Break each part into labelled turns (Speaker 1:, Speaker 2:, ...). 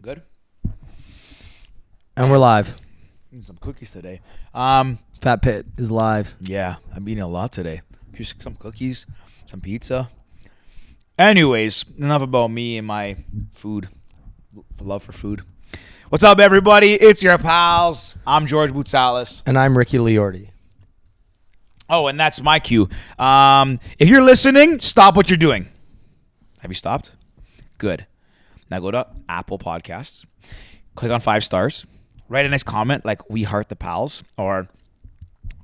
Speaker 1: Good.
Speaker 2: And we're live.
Speaker 1: Eating some cookies today. Um,
Speaker 2: Fat Pit is live.
Speaker 1: yeah, I'm eating a lot today. Just some cookies, some pizza. Anyways, enough about me and my food, l- love for food. What's up, everybody? It's your pals. I'm George Boutsalis.
Speaker 2: And I'm Ricky Liordi.
Speaker 1: Oh, and that's my cue. Um, if you're listening, stop what you're doing. Have you stopped? Good. Now go to Apple Podcasts, click on five stars, write a nice comment like "We heart the pals" or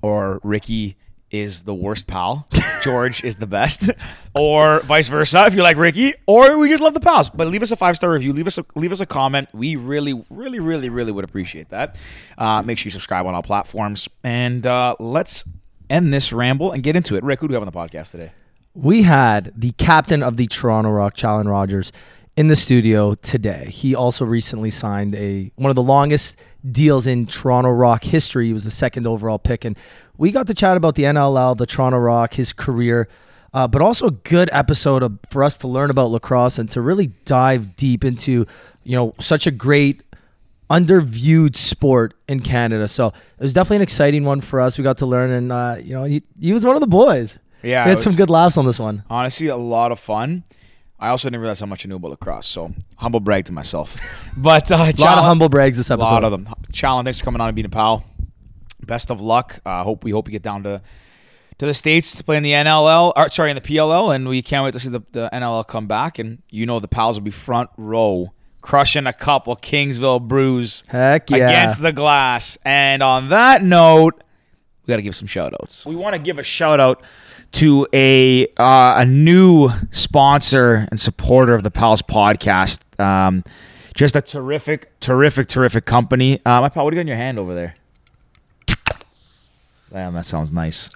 Speaker 1: or Ricky is the worst pal, George is the best, or vice versa. If you like Ricky, or we just love the pals, but leave us a five star review, leave us a, leave us a comment. We really, really, really, really would appreciate that. Uh, make sure you subscribe on all platforms, and uh, let's end this ramble and get into it. Rick, who do we have on the podcast today?
Speaker 2: We had the captain of the Toronto Rock, Challen Rogers, in the studio today. He also recently signed a one of the longest deals in Toronto Rock history. He was the second overall pick, and we got to chat about the NLL, the Toronto Rock, his career, uh, but also a good episode of, for us to learn about lacrosse and to really dive deep into, you know, such a great underviewed sport in Canada. So it was definitely an exciting one for us. We got to learn, and uh, you know, he, he was one of the boys.
Speaker 1: Yeah, it
Speaker 2: we had
Speaker 1: was-
Speaker 2: some good laughs on this one.
Speaker 1: Honestly, a lot of fun. I also didn't realize how much I knew about lacrosse, so humble brag to myself. But uh,
Speaker 2: A lot of humble brags this
Speaker 1: A
Speaker 2: episode.
Speaker 1: lot of them. Challen, thanks for coming on and being a pal. Best of luck. Uh, hope we hope you get down to to the states to play in the NLL. Or, sorry, in the PLL, and we can't wait to see the, the NLL come back. And you know the pals will be front row, crushing a couple Kingsville brews
Speaker 2: Heck yeah.
Speaker 1: against the glass. And on that note, we got to give some shout outs. We want to give a shout out to a uh, a new sponsor and supporter of the Pals podcast. Um, just a terrific, terrific, terrific company. Uh, my pal, what do you got in your hand over there? Damn, that sounds nice.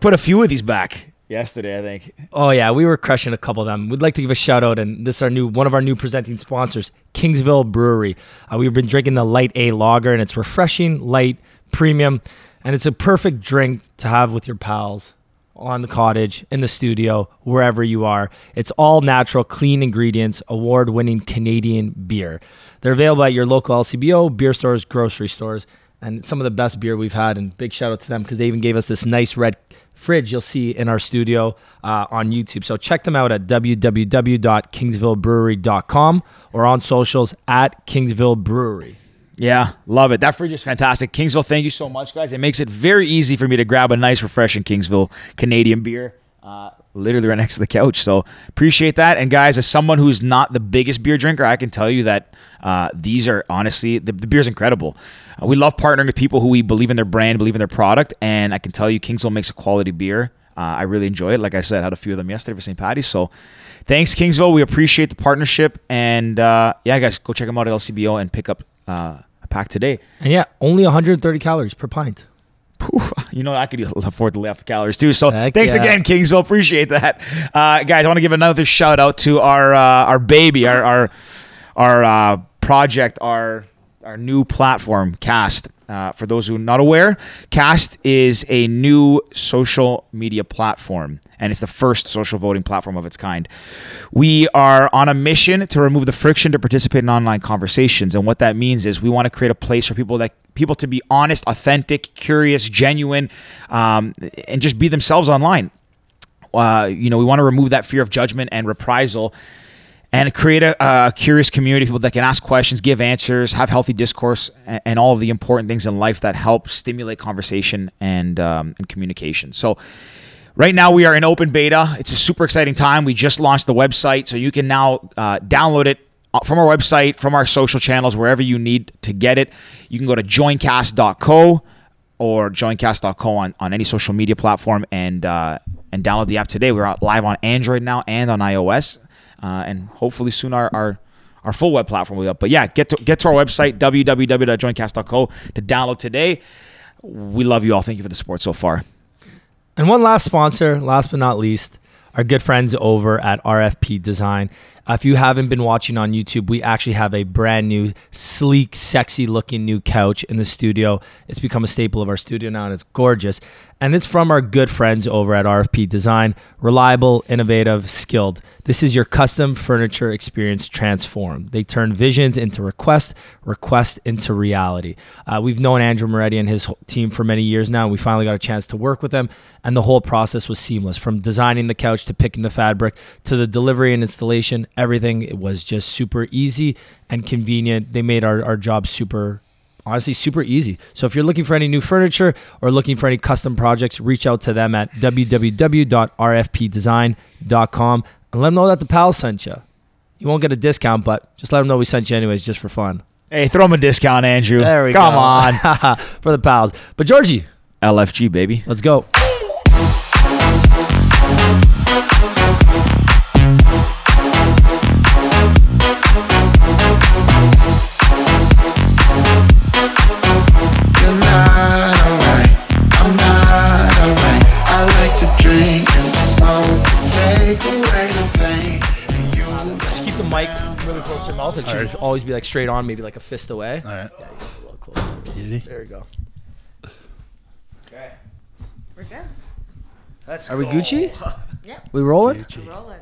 Speaker 1: Put a few of these back yesterday, I think.
Speaker 3: Oh yeah, we were crushing a couple of them. We'd like to give a shout out, and this is our new one of our new presenting sponsors, Kingsville Brewery. Uh, we've been drinking the Light A Lager, and it's refreshing, light, premium, and it's a perfect drink to have with your pals on the cottage, in the studio, wherever you are. It's all natural, clean ingredients, award-winning Canadian beer. They're available at your local LCBO, beer stores, grocery stores, and some of the best beer we've had. And big shout out to them because they even gave us this nice red fridge you'll see in our studio uh, on YouTube. So check them out at www.kingsvillebrewery.com or on socials at Kingsville Brewery.
Speaker 1: Yeah, love it. That fridge is fantastic. Kingsville, thank you so much, guys. It makes it very easy for me to grab a nice, refreshing Kingsville Canadian beer, uh, literally right next to the couch. So appreciate that. And guys, as someone who's not the biggest beer drinker, I can tell you that uh, these are honestly the, the beer's incredible. Uh, we love partnering with people who we believe in their brand, believe in their product, and I can tell you, Kingsville makes a quality beer. Uh, I really enjoy it. Like I said, had a few of them yesterday for St. Patty's. So thanks, Kingsville. We appreciate the partnership. And uh, yeah, guys, go check them out at LCBO and pick up uh, a pack today.
Speaker 3: And yeah, only 130 calories per pint.
Speaker 1: Poof, you know, I could afford to lay off the calories too. So
Speaker 2: Heck
Speaker 1: thanks
Speaker 2: yeah.
Speaker 1: again, Kingsville. Appreciate that. Uh, guys, I want to give another shout out to our uh, our baby, our our, our uh, project, our our new platform, Cast. Uh, for those who are not aware, Cast is a new social media platform, and it's the first social voting platform of its kind. We are on a mission to remove the friction to participate in online conversations, and what that means is we want to create a place for people that people to be honest, authentic, curious, genuine, um, and just be themselves online. Uh, you know, we want to remove that fear of judgment and reprisal and create a, a curious community of people that can ask questions, give answers, have healthy discourse, and, and all of the important things in life that help stimulate conversation and, um, and communication. So, Right now, we are in open beta. It's a super exciting time. We just launched the website, so you can now uh, download it from our website, from our social channels, wherever you need to get it. You can go to joincast.co or joincast.co on, on any social media platform and uh, and download the app today. We're out live on Android now and on iOS, uh, and hopefully soon our, our our full web platform will be up. But yeah, get to get to our website www.joincast.co to download today. We love you all. Thank you for the support so far.
Speaker 3: And one last sponsor, last but not least, our good friends over at RFP Design.
Speaker 2: Uh, if you haven't been watching on YouTube, we actually have a brand new, sleek, sexy looking new couch in the studio. It's become a staple of our studio now and it's gorgeous. And it's from our good friends over at RFP Design. Reliable, innovative, skilled. This is your custom furniture experience transformed. They turn visions into requests, requests into reality. Uh, we've known Andrew Moretti and his whole team for many years now. We finally got a chance to work with them, and the whole process was seamless from designing the couch to picking the fabric to the delivery and installation. Everything was just super easy and convenient. They made our, our job super honestly super easy. So if you're looking for any new furniture or looking for any custom projects, reach out to them at www.rfpdesign.com and let them know that the pal sent you. You won't get a discount, but just let them know we sent you anyways, just for fun.
Speaker 1: Hey, throw him a discount, Andrew.
Speaker 2: There we
Speaker 1: Come
Speaker 2: go.
Speaker 1: on.
Speaker 2: for the pals. But Georgie,
Speaker 1: LFG, baby.
Speaker 2: let's go.
Speaker 4: You're not alright. I'm not alright. I like to drink and smoke, take away the pain. And you don't
Speaker 2: Keep the mic really close to your mouth. It should always be like straight on, maybe like a fist away. All right. Yeah, you got it a little close. There you go.
Speaker 5: We're good.
Speaker 2: Are we Gucci?
Speaker 5: Yeah.
Speaker 2: We rolling?
Speaker 5: We're rolling.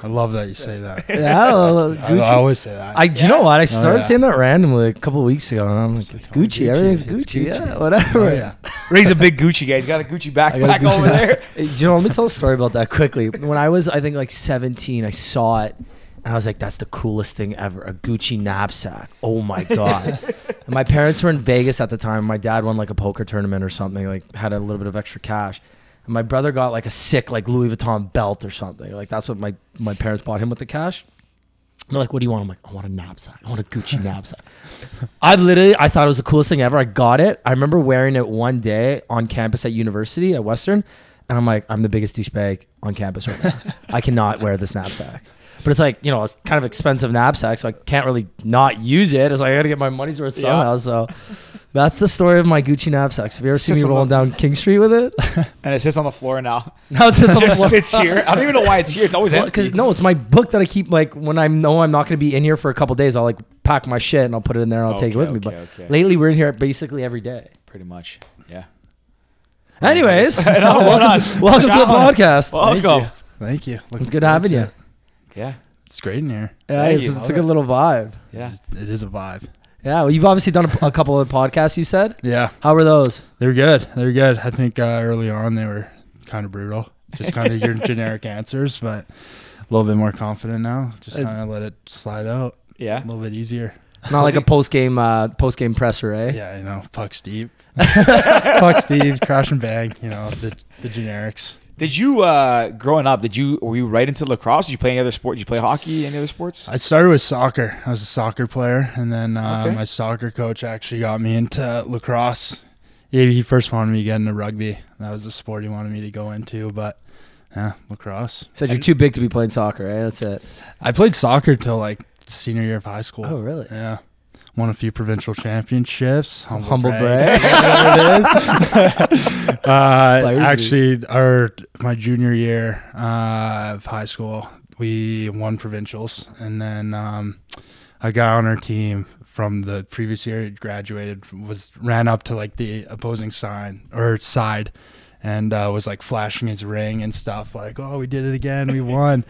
Speaker 6: I love that you say that.
Speaker 2: Yeah,
Speaker 6: I, I always say that.
Speaker 2: I, do you know what? I started
Speaker 6: yeah.
Speaker 2: saying that randomly a couple weeks ago, and I'm like, it's Gucci.
Speaker 6: Gucci,
Speaker 2: Everything's
Speaker 6: it's
Speaker 2: Gucci.
Speaker 6: Gucci.
Speaker 2: Yeah, whatever.
Speaker 6: Oh, yeah.
Speaker 1: Ray's a big Gucci guy. He's got a Gucci
Speaker 2: I got a
Speaker 1: backpack
Speaker 2: Gucci
Speaker 1: over
Speaker 2: bag.
Speaker 1: there.
Speaker 2: Hey, do you know, let me tell a story about that quickly. When I was, I think, like 17, I saw it, and I was like, that's the coolest thing ever a Gucci knapsack. Oh my God. and my parents were in Vegas at the time. My dad won like a poker tournament or something, like, had a little bit of extra cash. And my brother got like a sick, like Louis Vuitton belt or something. Like, that's what my, my parents bought him with the cash. They're like, what do you want? I'm like, I want a knapsack. I want a Gucci knapsack. I literally, I thought it was the coolest thing ever. I got it. I remember wearing it one day on campus at university at Western, and I'm like, I'm the biggest douchebag on campus right now. I cannot wear this knapsack. But it's like, you know, it's kind of expensive knapsack, so I can't really not use it. It's like I gotta get my money's worth somehow. So that's the story of my Gucci knapsacks. Have you ever seen me
Speaker 1: Sits on
Speaker 2: rolling
Speaker 1: the-
Speaker 2: down King Street with it?
Speaker 1: And it sits on the floor now.
Speaker 2: no, it's just
Speaker 1: It just sits here. I don't even know why it's here. It's always empty.
Speaker 2: because no, it's my book that I keep like when I know I'm not going to be in here for a couple days. I'll like pack my shit and I'll put it in there and I'll take it with
Speaker 1: Okay,
Speaker 2: me. But
Speaker 1: okay, okay.
Speaker 2: lately, we're in here basically every day.
Speaker 1: Pretty much. Yeah.
Speaker 2: Anyways,
Speaker 1: what us?
Speaker 2: welcome, welcome to the
Speaker 1: Ciao.
Speaker 2: podcast.
Speaker 1: Welcome.
Speaker 6: Thank you. Looking
Speaker 2: It's good having you.
Speaker 1: Yeah.
Speaker 6: It's great in here.
Speaker 2: Yeah,
Speaker 1: Thank
Speaker 2: it's,
Speaker 1: you.
Speaker 2: it's a good little vibe.
Speaker 1: Yeah.
Speaker 6: It is a vibe.
Speaker 2: Yeah, well, you've obviously done a, a couple of podcasts. You said
Speaker 6: Yeah,
Speaker 2: how were those?
Speaker 6: they're good. They're good. I think uh, early on they were kind of brutal, just kind of your generic answers, but a little bit more confident now. Just
Speaker 2: Uh,
Speaker 6: kind of let it slide out
Speaker 1: Yeah.
Speaker 6: a little bit easier.
Speaker 2: Not like a post game uh, post game presser, eh?
Speaker 6: Yeah, you know, puck Steve, puck Steve, crash and bang. You know, the the generics.
Speaker 1: Did you uh growing up? Did you were you right into lacrosse? Did you play any other sport? Did you play hockey? Any other sports?
Speaker 6: I started with soccer. I was a soccer player, and then uh,
Speaker 1: Okay.
Speaker 6: my soccer coach actually got me into lacrosse. He, he first wanted me to get into rugby. That was the sport he wanted me to go into, but yeah, lacrosse.
Speaker 2: Said you're too big to be playing soccer, eh? That's it.
Speaker 6: I played soccer till like senior year of high school.
Speaker 2: Oh, really?
Speaker 6: Yeah. Won a few provincial championships. Humble,
Speaker 2: Humble
Speaker 6: brag.
Speaker 2: brag.
Speaker 6: Uh,
Speaker 2: Players
Speaker 6: actually, our my junior year uh, of high school, we won provincials, and then um, a guy on our team from the previous year who graduated was ran up to like the opposing sign or side, and uh, was like flashing his ring and stuff, like, "Oh, we did it again, we won."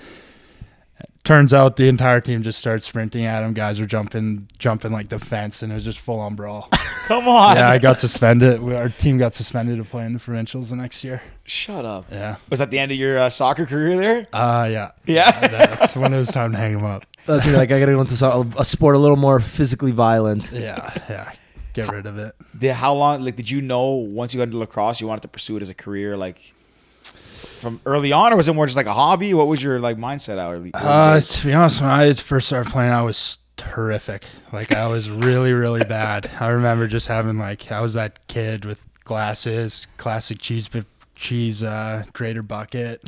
Speaker 6: Turns out the entire team just started sprinting at him. Guys were jumping, jumping like the fence, and it was just full on brawl.
Speaker 1: Come on.
Speaker 6: yeah, I got suspended. We- Our team got suspended to play in the provincials the next year.
Speaker 1: Shut up.
Speaker 6: Yeah.
Speaker 1: Was that the end of your uh, soccer career there?
Speaker 6: Uh, yeah.
Speaker 1: Yeah.
Speaker 6: That's when it was time to hang him up.
Speaker 2: That's me, like I gotta go into so- a sport a little more physically violent.
Speaker 6: Yeah. Yeah. Get rid of it.
Speaker 1: Did, how long? Like, did you know once you got into lacrosse, you wanted to pursue it as a career? Like, from early on, or was it more just like a hobby? What was your like mindset out? early- early
Speaker 6: Uh,
Speaker 1: days?
Speaker 6: to be honest, when I first started playing, I was horrific. Like I was really, really bad. I remember just having like I was that kid with glasses, classic cheese, bu- cheese uh, grater bucket,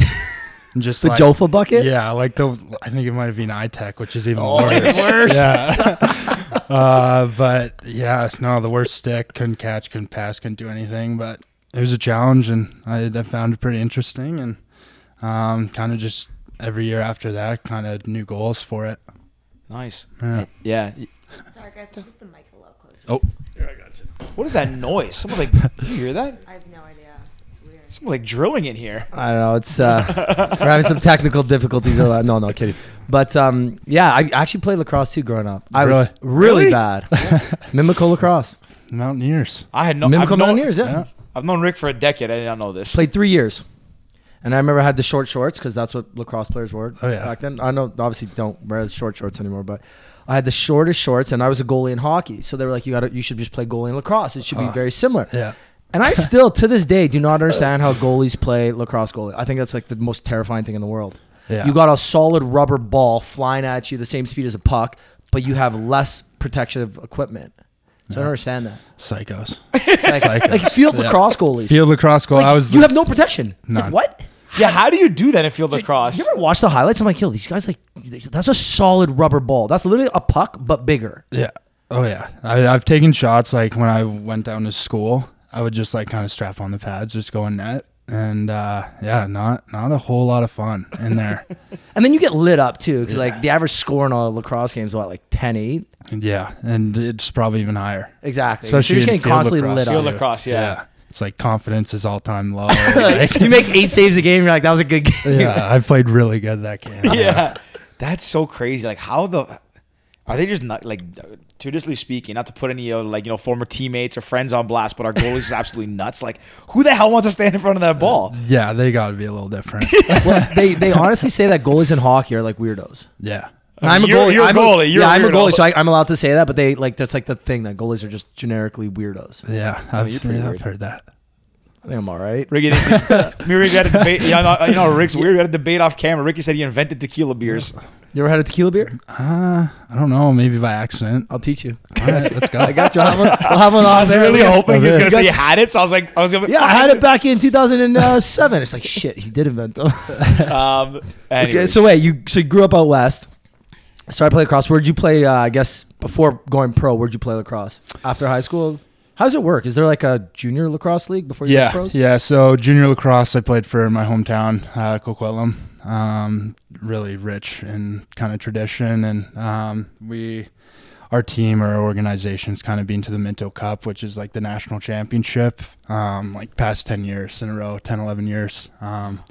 Speaker 6: and just
Speaker 2: The
Speaker 6: like,
Speaker 2: Jofa bucket.
Speaker 6: Yeah, like the I think it might have been iTech, which is even
Speaker 1: Oh,
Speaker 6: worse.
Speaker 1: it's worse.
Speaker 6: Yeah. uh, but yeah, no, the worst stick. Couldn't catch, couldn't pass, couldn't do anything. But it was a challenge, and I, I found it pretty interesting, and um, kind of just every year after that, kind of new goals for it.
Speaker 1: Nice.
Speaker 6: Yeah.
Speaker 1: Yeah.
Speaker 5: Sorry, guys, let's move the mic a little closer.
Speaker 6: Oh,
Speaker 1: What is that noise? Someone like, do you hear that?
Speaker 5: I have no idea. It's weird.
Speaker 1: Someone like drilling in here.
Speaker 2: I don't know. It's uh, we're having some technical difficulties. or that. No, no kidding. But um, yeah, I actually played lacrosse too growing up. I was really,
Speaker 1: Really?
Speaker 2: bad. Mimical lacrosse.
Speaker 6: Mountaineers.
Speaker 1: I had no.
Speaker 2: Mimical
Speaker 1: I've known,
Speaker 2: Mountaineers. Yeah.
Speaker 6: Yeah.
Speaker 1: I've known Rick for a decade. I did not know this.
Speaker 2: Played three years, and I remember I had the short shorts because that's what lacrosse players wore
Speaker 6: Oh, yeah.
Speaker 2: back then. I know obviously don't wear short shorts anymore, but I had the shortest shorts, and I was a goalie in hockey. So they were like, "You got to, you should just play goalie in lacrosse. It should be very similar."
Speaker 6: Yeah.
Speaker 2: And I still, to this day, do not understand how goalies play lacrosse goalie. I think that's like the most terrifying thing in the world.
Speaker 6: Yeah.
Speaker 2: You got a solid rubber ball flying at you the same speed as a puck, but you have less protective equipment. So I don't understand that.
Speaker 6: psychos.
Speaker 2: It's like,
Speaker 6: Psycho.
Speaker 2: like field
Speaker 6: Yeah.
Speaker 2: lacrosse goalies.
Speaker 6: Field lacrosse goal.
Speaker 2: Like,
Speaker 6: I was.
Speaker 2: you have no protection. Like,
Speaker 6: None.
Speaker 2: what?
Speaker 1: yeah. How do you do that in field lacrosse?
Speaker 2: You ever watch the highlights? I'm like, yo, these guys like that's a solid rubber ball. That's literally a puck, but bigger.
Speaker 6: yeah. Oh yeah. I, I've taken shots like when I went down to school. I would just like kind of strap on the pads, just go in net, and uh, yeah, not not a whole lot of fun in there.
Speaker 2: And then you get lit up too, because like the average score in a lacrosse game is what, like 10 8?
Speaker 6: yeah, and it's probably even higher.
Speaker 2: Exactly.
Speaker 6: Especially
Speaker 2: You're just
Speaker 6: in
Speaker 2: getting
Speaker 6: field
Speaker 2: constantly
Speaker 6: lacrosse.
Speaker 2: lit up.
Speaker 1: Field lacrosse, yeah.
Speaker 6: It's like confidence is all time low. Like,
Speaker 2: you make eight saves a game. You're like, that was a good game.
Speaker 6: yeah, I played really good that game.
Speaker 1: yeah. That's so crazy. Like how the are they just not like judicially speaking, not to put any of like, you know, former teammates or friends on blast, but our goalie's just absolutely nuts. Like who the hell wants to stand in front of that ball?
Speaker 6: Yeah, they got to be a little different.
Speaker 2: well, they they honestly say that goalies in hockey are like weirdos.
Speaker 6: yeah.
Speaker 2: And I'm a
Speaker 1: You're-
Speaker 2: goalie.
Speaker 1: you're a
Speaker 2: I'm
Speaker 1: goalie, you're
Speaker 2: yeah,
Speaker 1: a
Speaker 2: I'm a
Speaker 1: weirdo.
Speaker 2: goalie, so I, I'm allowed to say that. But they like that's like the thing that goalies are just generically weirdos. I
Speaker 6: Yeah, I've,
Speaker 1: Oh, you're pretty
Speaker 6: yeah, I've
Speaker 1: weird.
Speaker 6: heard that.
Speaker 2: think I'm all right.
Speaker 1: Ricky didn't me and Ricky had a debate. You know, you know Rick's weird. We had a debate off camera. Ricky said he invented tequila beers.
Speaker 2: You ever had a tequila beer?
Speaker 6: Uh, I don't know, maybe by accident.
Speaker 2: I'll teach you.
Speaker 6: All right, let's go.
Speaker 2: I got you. I'll have one, I'll have one
Speaker 1: I
Speaker 2: off
Speaker 1: was
Speaker 2: there.
Speaker 1: really
Speaker 2: Yes,
Speaker 1: hoping he was
Speaker 2: brother.
Speaker 1: gonna say he
Speaker 2: Yes.
Speaker 1: had it. So I was like, I was gonna
Speaker 2: Yeah, I had it back in 2007. uh, It's like shit. He did invent them.
Speaker 1: Um
Speaker 2: okay,
Speaker 1: anyways.
Speaker 2: so wait, you so you grew up out west. Started playing lacrosse. Where'd you play? Uh, I guess before going pro, where'd you play lacrosse after high school? How does it work? Is there like a junior lacrosse league before you
Speaker 6: yeah,
Speaker 2: get pros?
Speaker 6: yeah. So junior lacrosse, I played for my hometown, uh, Coquitlam. Um, really rich in kind of tradition, and um, we, our team, our organization's kind of been to the Minto Cup, which is like the national championship, um, like past ten years in a row, 10, 11 years. Um,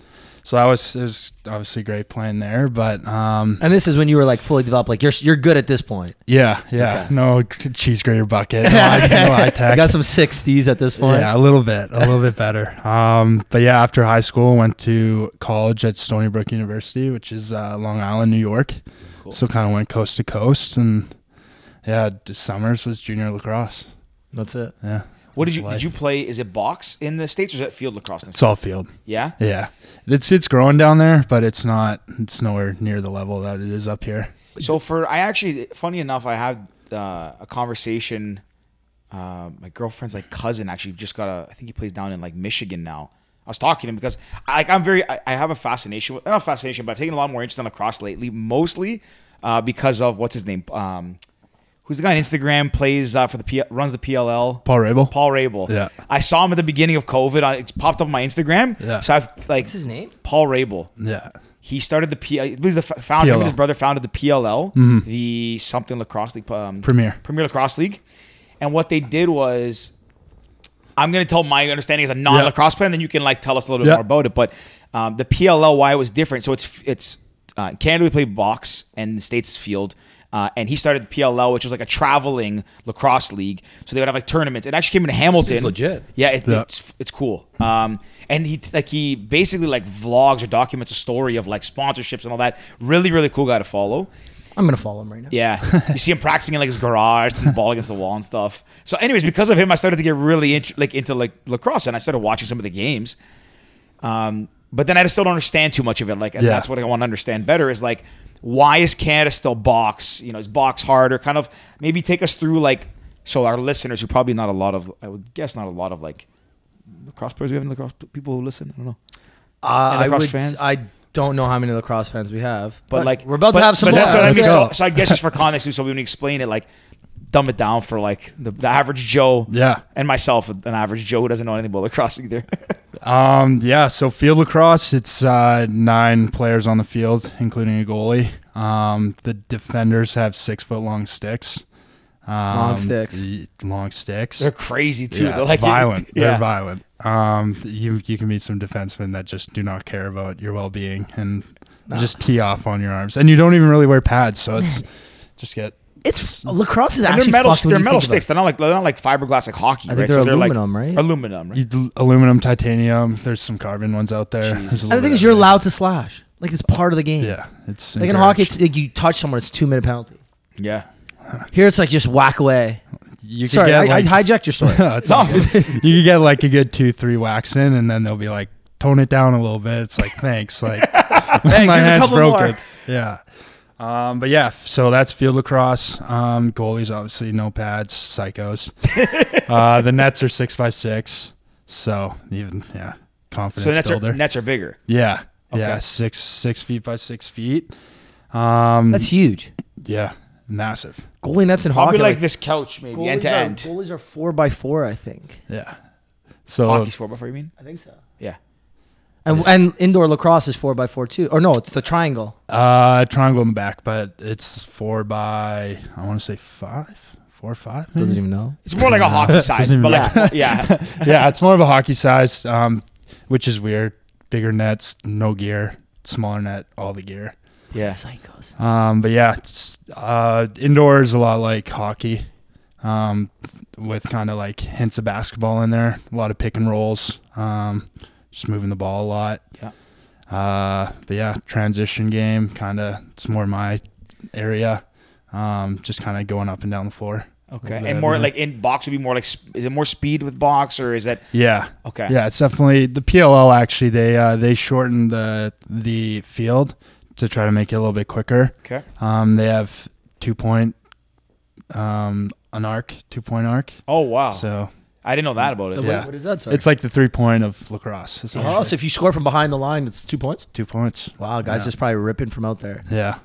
Speaker 6: so I was it was obviously great playing there, but um,
Speaker 2: And this is when you were like fully developed. Like you're you're good at this point.
Speaker 6: yeah, yeah. No cheese grater bucket. No, high- no high
Speaker 2: I
Speaker 6: tech.
Speaker 2: got some sixties at this point.
Speaker 6: Yeah, a little bit, a little bit better. Um, but yeah, after high school, went to college at Stony Brook University, which is uh, Long Island, New York. So kind of went coast to coast, and yeah, d- summers was junior lacrosse.
Speaker 2: That's it.
Speaker 6: Yeah,
Speaker 1: what did you
Speaker 6: Life.
Speaker 1: did you play? Is it box in the states or is it field lacrosse? In the
Speaker 6: it's all field.
Speaker 1: yeah.
Speaker 6: Yeah, it's it's growing down there, but it's not. It's nowhere near the level that it is up here.
Speaker 1: So for I actually, funny enough, I had uh, a conversation. Uh, my girlfriend's like cousin actually just got a. I think he plays down in like Michigan now. I was talking to him because I, like I'm very. I, I have a fascination with not fascination, but I've taken a lot more interest in lacrosse lately, mostly uh, because of what's his name. Um, Who's the guy on Instagram plays uh, for the P- runs the PLL?
Speaker 6: Paul Rabel?
Speaker 1: Paul Rabel.
Speaker 6: Yeah.
Speaker 1: I saw him at the beginning of COVID. On, it popped up on my Instagram.
Speaker 6: Yeah.
Speaker 1: So I've like.
Speaker 2: What's his name?
Speaker 1: Paul Rabel
Speaker 6: Yeah,
Speaker 1: he started the P. I believe the f- founder, him and
Speaker 6: PLL.
Speaker 1: his brother founded the PLL, the something lacrosse league, um,
Speaker 6: Mm-hmm. Premier.
Speaker 1: Premier Lacrosse League. And what they did was, I'm going to tell my understanding as a non lacrosse player, and then you can like tell us a little bit
Speaker 6: Yeah.
Speaker 1: more about it. But um, the PLL, why it was different. So it's it's uh, in Canada we play box and the states field. Uh, and he started the PLL, which was like a traveling lacrosse league. So they would have like tournaments. It actually came into Hamilton.
Speaker 2: legit.
Speaker 1: Yeah, it,
Speaker 6: Yeah.
Speaker 1: it's it's cool. Um, and he like he basically like vlogs or documents a story of like sponsorships and all that. Really, really cool guy to follow.
Speaker 2: I'm gonna follow him right now.
Speaker 1: Yeah, you see him practicing in like his garage, throwing the ball against the wall and stuff. So, anyways, because of him, I started to get really int- like into like lacrosse, and I started watching some of the games. Um, but then I just still don't understand too much of it. Like, and
Speaker 6: Yeah.
Speaker 1: that's what I want to understand better is like, why is Canada still box? You know, is box harder? Kind of maybe take us through like, so our listeners who probably not a lot of, I would guess not a lot of like lacrosse players. We have any lacrosse people who listen. I don't know.
Speaker 2: Uh,
Speaker 1: And
Speaker 2: I
Speaker 1: lacrosse
Speaker 2: would.
Speaker 1: fans?
Speaker 2: I don't know how many lacrosse fans we have,
Speaker 1: But like
Speaker 2: we're about
Speaker 1: but-
Speaker 2: to have some.
Speaker 1: But
Speaker 2: more.
Speaker 1: that's what I
Speaker 2: Let's
Speaker 1: mean.
Speaker 2: go.
Speaker 1: So, so I guess just for context, too, so when you explain it, like dumb it down for like the, the average Joe
Speaker 6: yeah.
Speaker 1: and myself, an average Joe who doesn't know anything about lacrosse either.
Speaker 6: Um, yeah, so field lacrosse, it's uh, nine players on the field, including a goalie. Um, the defenders have six foot long sticks. Um, long
Speaker 2: sticks.
Speaker 6: Long sticks.
Speaker 1: They're crazy too.
Speaker 6: Yeah,
Speaker 1: They're like
Speaker 6: violent.
Speaker 1: Yeah.
Speaker 6: They're violent. Um, you you can meet some defensemen that just do not care about your well being and just tee off on your arms, and you don't even really wear pads, so it's just get
Speaker 2: It's lacrosse is
Speaker 1: And
Speaker 2: actually
Speaker 1: they're metal.
Speaker 2: fucked when
Speaker 1: They're
Speaker 2: you
Speaker 1: metal
Speaker 2: think about it.
Speaker 1: sticks. They're not like they're not like fiberglass like hockey.
Speaker 2: I think
Speaker 1: right?
Speaker 2: they're
Speaker 1: like
Speaker 2: aluminum, right?
Speaker 1: Aluminum, right?
Speaker 6: you- aluminum, titanium. There's some carbon ones out there. There's a
Speaker 2: And the thing
Speaker 6: little bit
Speaker 2: is, you're
Speaker 6: of
Speaker 2: allowed to slash. Like it's part of the game.
Speaker 6: everything. Yeah, it's
Speaker 2: Like in hockey, it's like you touch someone, it's two minute penalty.
Speaker 1: Yeah.
Speaker 2: Here, it's like just whack away.
Speaker 6: You could
Speaker 2: Sorry,
Speaker 6: get,
Speaker 2: I,
Speaker 6: like-
Speaker 2: I hijacked your story.
Speaker 6: No, it's all good. you could get like a good two, three whacks in, and then they'll be like, tone it down a little bit. It's like, thanks, like my
Speaker 1: here's a
Speaker 6: hand's
Speaker 1: couple
Speaker 6: broken.
Speaker 1: more.
Speaker 6: Yeah. Um, but yeah, f- so that's field lacrosse. Um, goalies obviously no pads, psychos. uh, the nets are six by six, so even yeah, confidence
Speaker 1: So nets
Speaker 6: builder.
Speaker 1: are, nets are bigger.
Speaker 6: yeah, yeah,
Speaker 1: Okay.
Speaker 6: six six feet by six feet. Um,
Speaker 2: That's huge.
Speaker 6: yeah, massive.
Speaker 2: Goalie nets in hockey.
Speaker 1: Probably like
Speaker 2: like,
Speaker 1: this couch maybe
Speaker 2: goalies
Speaker 1: end to
Speaker 2: are-
Speaker 1: end.
Speaker 2: Goalies are four by four, I think.
Speaker 6: Yeah. So
Speaker 1: Hockey's four before you mean?
Speaker 2: I think so.
Speaker 1: Yeah.
Speaker 2: And, and indoor lacrosse is four by four too. Or no, it's the triangle.
Speaker 6: Uh, triangle in the back, but it's four by I want to say five, four or five. maybe?
Speaker 2: Doesn't even know.
Speaker 1: It's more like a hockey size, but like yeah.
Speaker 6: yeah, it's more of a hockey size, um, which is weird. Bigger nets, no gear. Smaller net, all the gear.
Speaker 1: Yeah.
Speaker 2: Psychos.
Speaker 6: Um, but yeah, it's, uh, indoor is a lot like hockey, um, with kind of like hints of basketball in there. A lot of pick and rolls, um, just moving the ball a lot.
Speaker 1: Yeah.
Speaker 6: Uh, but yeah, transition game, kind of. It's more my area. Um, just kind of going up and down the floor.
Speaker 1: Okay.
Speaker 6: Little bit
Speaker 1: And more
Speaker 6: everywhere.
Speaker 1: like in box would be more like sp- is it more speed with box or is that
Speaker 6: Yeah.
Speaker 1: Okay.
Speaker 6: Yeah, it's definitely the PLL. Actually, they uh, they shortened the the field to try to make it a little bit quicker.
Speaker 1: Okay.
Speaker 6: Um, they have two point, um, an arc, two point arc.
Speaker 1: Oh wow.
Speaker 6: So
Speaker 1: I didn't know that about it.
Speaker 6: Yeah.
Speaker 2: What is that? Sorry.
Speaker 6: it's like the three point of lacrosse. essentially.
Speaker 2: oh, so if you score from behind the line, it's two points.
Speaker 6: two points.
Speaker 2: Wow, guys,
Speaker 6: Yeah.
Speaker 2: just probably ripping from out there.
Speaker 6: Yeah.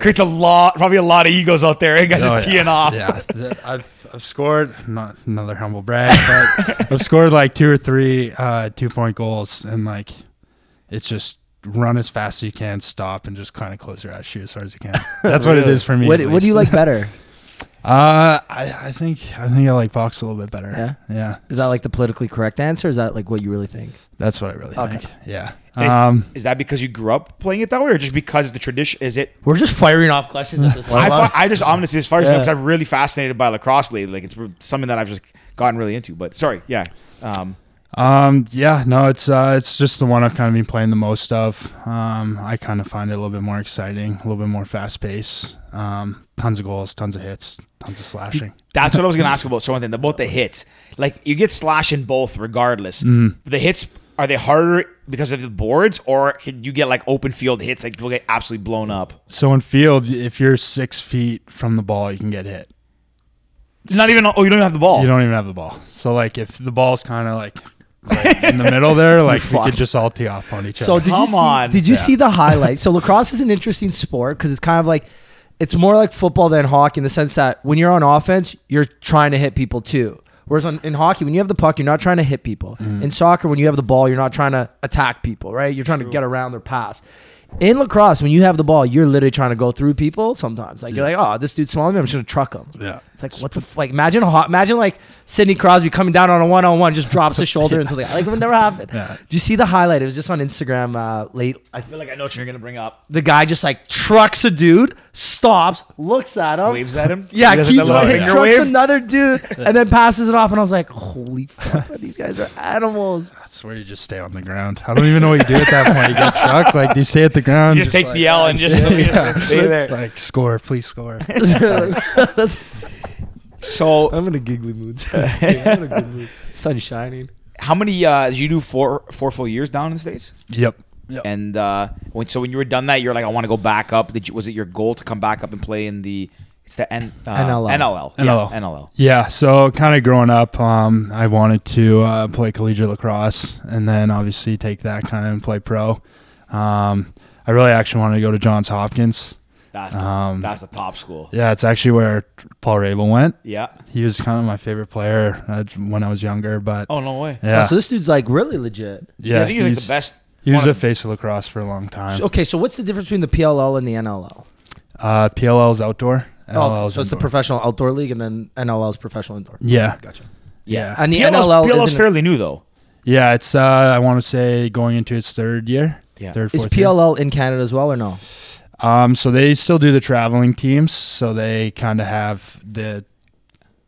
Speaker 1: Creates a lot probably a lot of egos out there. You guys
Speaker 6: Oh,
Speaker 1: just
Speaker 6: yeah.
Speaker 1: teeing off.
Speaker 6: Yeah, Th- I've I've scored not another humble brag, but I've scored like two or three uh, two point goals, and like it's just run as fast as you can, stop, and just kind of close your eyes, shoot as hard as you can. That's what it is for me.
Speaker 2: What,
Speaker 6: at
Speaker 2: what do you
Speaker 6: least.
Speaker 2: like better?
Speaker 6: Uh, I, I think I think I like box a little bit better.
Speaker 2: Yeah?
Speaker 6: yeah,
Speaker 2: Is that like the politically correct answer? Is that like what you really think?
Speaker 6: that's what I really
Speaker 2: Okay.
Speaker 6: think. Yeah.
Speaker 1: Is-
Speaker 6: Um,
Speaker 1: Is that because you grew up playing it that way or just because the tradition is it
Speaker 2: We're just firing off questions at this
Speaker 1: I, fi-
Speaker 2: point.
Speaker 1: I just honestly, as far as
Speaker 2: Yeah.
Speaker 1: because I'm really fascinated by lacrosse lately. Like it's something that I've just gotten really into. But sorry, yeah, um,
Speaker 6: um, yeah, no, it's uh, it's just the one I've kind of been playing the most of. Um, I kind of find it a little bit more exciting, a little bit more fast paced. Um, tons of goals, tons of hits, tons of slashing.
Speaker 1: that's what I was gonna ask about. So one thing about the hits, like you get slash in both regardless.
Speaker 6: Mm-hmm.
Speaker 1: The hits are they harder because of the boards, or can you get like open field hits? Like people get absolutely blown up.
Speaker 6: So in field, if you're six feet from the ball, you can get hit.
Speaker 1: Not even oh, you don't even have the ball.
Speaker 6: You don't even have the ball. So like, if the ball's kind of like right in the middle there, like we
Speaker 2: fucked.
Speaker 6: could just all tee off on each
Speaker 2: So
Speaker 6: other.
Speaker 2: did you
Speaker 1: Come
Speaker 2: see,
Speaker 1: on.
Speaker 2: Did you
Speaker 6: Yeah.
Speaker 2: see the highlight? So lacrosse is an interesting sport because it's kind of like it's more like football than hockey in the sense that when you're on offense, you're trying to hit people too. Whereas on, in hockey, when you have the puck, you're not trying to hit people.
Speaker 6: Mm-hmm.
Speaker 2: In soccer, when you have the ball, you're not trying to attack people, right? You're trying to get around their pass. In lacrosse, when you have the ball, you're literally trying to go through people sometimes. Like you're like, oh, this dude's smaller than me. I'm just gonna truck him.
Speaker 6: Yeah.
Speaker 2: It's like what the f- like imagine a hot imagine like Sidney Crosby coming down on a one on one just drops his shoulder into the guy like it would never happen.
Speaker 6: Yeah.
Speaker 2: Do you see the highlight? It was just on Instagram uh, late. I
Speaker 1: I feel like I know what you're gonna bring up.
Speaker 2: the guy just like trucks a dude, stops, looks at
Speaker 6: Oh.
Speaker 2: him.
Speaker 1: Waves at him.
Speaker 2: Yeah,
Speaker 1: He does, like,
Speaker 2: keeps
Speaker 1: that little
Speaker 2: on,
Speaker 1: finger
Speaker 2: trucks
Speaker 1: wave.
Speaker 2: another dude, and then passes it off. And I was like, "Holy fuck, these guys are animals!"
Speaker 6: That's where you just stay on the ground. I don't even know what you do at that point. You get chucked. Like, do you stay at the ground?
Speaker 1: You just take the L and just, just stay there.
Speaker 6: Like, score, please score.
Speaker 2: That's,
Speaker 1: So
Speaker 6: Um,
Speaker 2: I'm in a giggly mood. today. I'm in a good mood. Sun shining.
Speaker 1: how many uh, did you do four four full years down in the states?
Speaker 6: yep. Yep.
Speaker 1: And uh, when, so when you were done that, you're like, I want to go back up. Did you, was it your goal to come back up and play in the? It's the N, uh,
Speaker 2: NLL.
Speaker 1: NLL.
Speaker 6: NLL.
Speaker 1: Yeah, NLL.
Speaker 6: Yeah, so kind of growing up, um, I wanted to uh, play collegiate lacrosse and then obviously take that kind of and play pro. Um, I really actually wanted to go to Johns Hopkins.
Speaker 1: That's the, that's the top school.
Speaker 6: Yeah, it's actually where Paul Rabel went.
Speaker 1: Yeah.
Speaker 6: He was kind of my favorite player uh, when I was younger, but
Speaker 1: Oh no way.
Speaker 6: yeah,
Speaker 2: so this dude's like really legit.
Speaker 1: Yeah,
Speaker 6: yeah,
Speaker 1: I think he's, like the best.
Speaker 6: He was
Speaker 1: one
Speaker 6: the
Speaker 1: of-
Speaker 6: face of lacrosse for a long time.
Speaker 2: So- okay, so what's the difference between the PLL and the NLL?
Speaker 6: Uh, PLL's outdoor.
Speaker 2: Oh,
Speaker 6: NLL's
Speaker 2: so it's the
Speaker 6: indoor.
Speaker 2: professional outdoor league, and then NLL is professional indoor.
Speaker 6: Yeah,
Speaker 2: Gotcha.
Speaker 6: yeah,
Speaker 2: And the
Speaker 1: PLL's
Speaker 2: NLL
Speaker 1: PLL's
Speaker 2: isn't-
Speaker 1: fairly new though.
Speaker 6: yeah. It's uh, I want to say going into its third year.
Speaker 1: Yeah.
Speaker 6: Third,
Speaker 2: is
Speaker 6: fourth year.
Speaker 2: PLL in Canada as well or no?
Speaker 6: Um, so they still do the traveling teams, so they kind of have the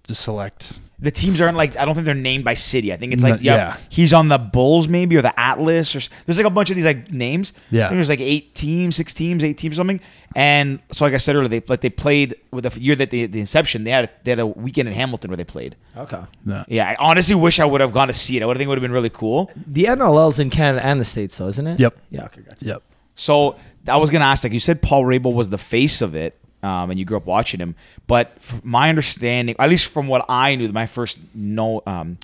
Speaker 6: the select.
Speaker 1: The teams aren't like I don't think they're named by city. I think it's like
Speaker 6: No,
Speaker 1: you have-
Speaker 6: yeah.
Speaker 1: he's on the Bulls maybe or the Atlas or s- there's like a bunch of these like names.
Speaker 6: Yeah.
Speaker 1: I think there's like eight teams, six teams, eight teams, or something. And so like I said earlier, they like they played with the f- year that the, the inception. They had they had a weekend in Hamilton where they played.
Speaker 2: Okay.
Speaker 6: No.
Speaker 1: Yeah, I honestly wish I would have gone to see it. I would have think it would have been really cool.
Speaker 2: The NLL's in Canada and the States, though, isn't it?
Speaker 6: Yep.
Speaker 2: Yeah, okay, gotcha.
Speaker 6: Yep.
Speaker 1: So I was gonna ask, like you said, Paul Rabel was the face of it, um, and you grew up watching him. But from my understanding, at least from what I knew, my first no, um,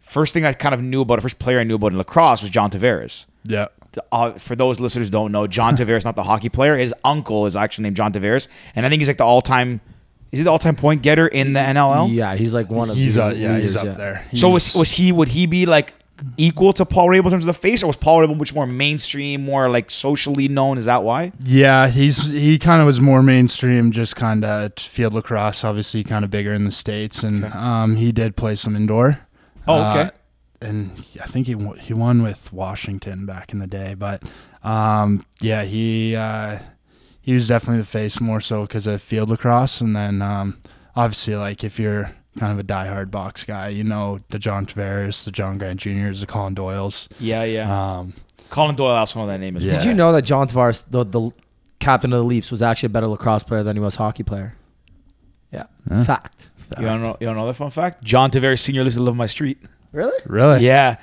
Speaker 1: first thing I kind of knew about, first player I knew about in lacrosse was John Tavares.
Speaker 6: Yeah.
Speaker 1: Uh, for those listeners who don't know, John Tavares, not the hockey player, his uncle is actually named John Tavares, and I think he's like the all-time. Is he the all-time point getter in the NLL?
Speaker 2: Yeah, he's like one of
Speaker 6: He's
Speaker 2: the
Speaker 6: uh, yeah,
Speaker 2: leaders,
Speaker 6: he's up there.
Speaker 1: So was
Speaker 6: He's-
Speaker 1: was he? Would he be like equal to Paul Rabel in terms of the face, or was Paul Rabel much more mainstream, more like socially known? Is that why?
Speaker 6: Yeah, he's he kind of was more mainstream, just kind of field lacrosse, obviously kind of bigger in the states, and um, he did play some indoor. Uh,
Speaker 1: Oh, okay.
Speaker 6: and he- I think he wo- he won with Washington back in the day, but um, yeah, he uh, he was definitely the face more so because of field lacrosse, and then um, obviously like if you're kind of a diehard box guy, you know the John Tavares, the John Grant Juniors, the Colin Doyle's.
Speaker 1: Yeah, yeah.
Speaker 6: Um,
Speaker 1: Colin Doyle, I also know that name as
Speaker 6: Yeah.
Speaker 1: well.
Speaker 2: Did you know that John Tavares, the, the captain of the Leafs, was actually a better lacrosse player than he was hockey player? Yeah. Fact.
Speaker 1: You don't know? You don't know that fun fact? John Tavares Senior lives to live my street.
Speaker 2: Really?
Speaker 6: really?
Speaker 1: Yeah.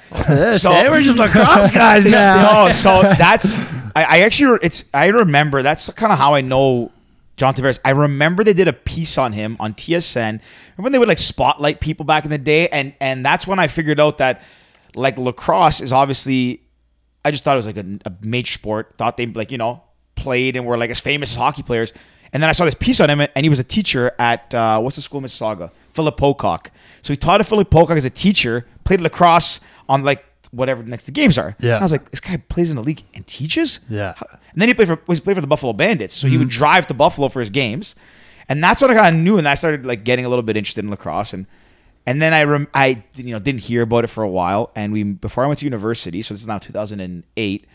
Speaker 1: So-
Speaker 2: hey, we're just lacrosse guys now.
Speaker 1: no, so that's I, I actually re- it's I remember that's kind of how I know John Tavares. I remember they did a piece on him on TSN. Remember when they would like spotlight people back in the day, and and that's when I figured out that like lacrosse is obviously. I just thought it was like a, a major sport. Thought they like you know played and were like as famous as hockey players. And then I saw this piece on him, and he was a teacher at uh, what's the school in Mississauga? Philip Pocock. So he taught at Philip Pocock as a teacher, played lacrosse on like whatever the next the games are.
Speaker 6: Yeah.
Speaker 1: I was like, this guy plays in the league and teaches.
Speaker 6: Yeah.
Speaker 1: How- And then he played for he played for the Buffalo Bandits, so he would drive to Buffalo for his games, and that's what I kind of knew, and I started like getting a little bit interested in lacrosse, and and then I rem- I you know didn't hear about it for a while, and we before I went to university, so this is now 2008.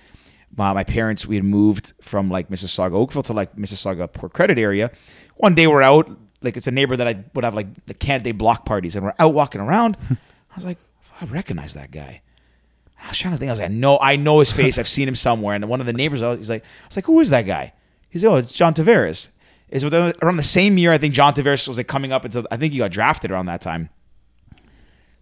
Speaker 1: My, my parents we had moved from like Mississauga Oakville to like Mississauga Port Credit area. One day we're out like it's a neighbor that I would have like the candidate block parties, and we're out walking around. I was like, I recognize that guy. I was trying to think. I was like, no, I know his face. I've seen him somewhere. And one of the neighbors, I was- he's like, I was like, who is that guy? He's like, oh, it's John Tavares. Is within around the same year. I think John Tavares was like coming up until I think he got drafted around that time.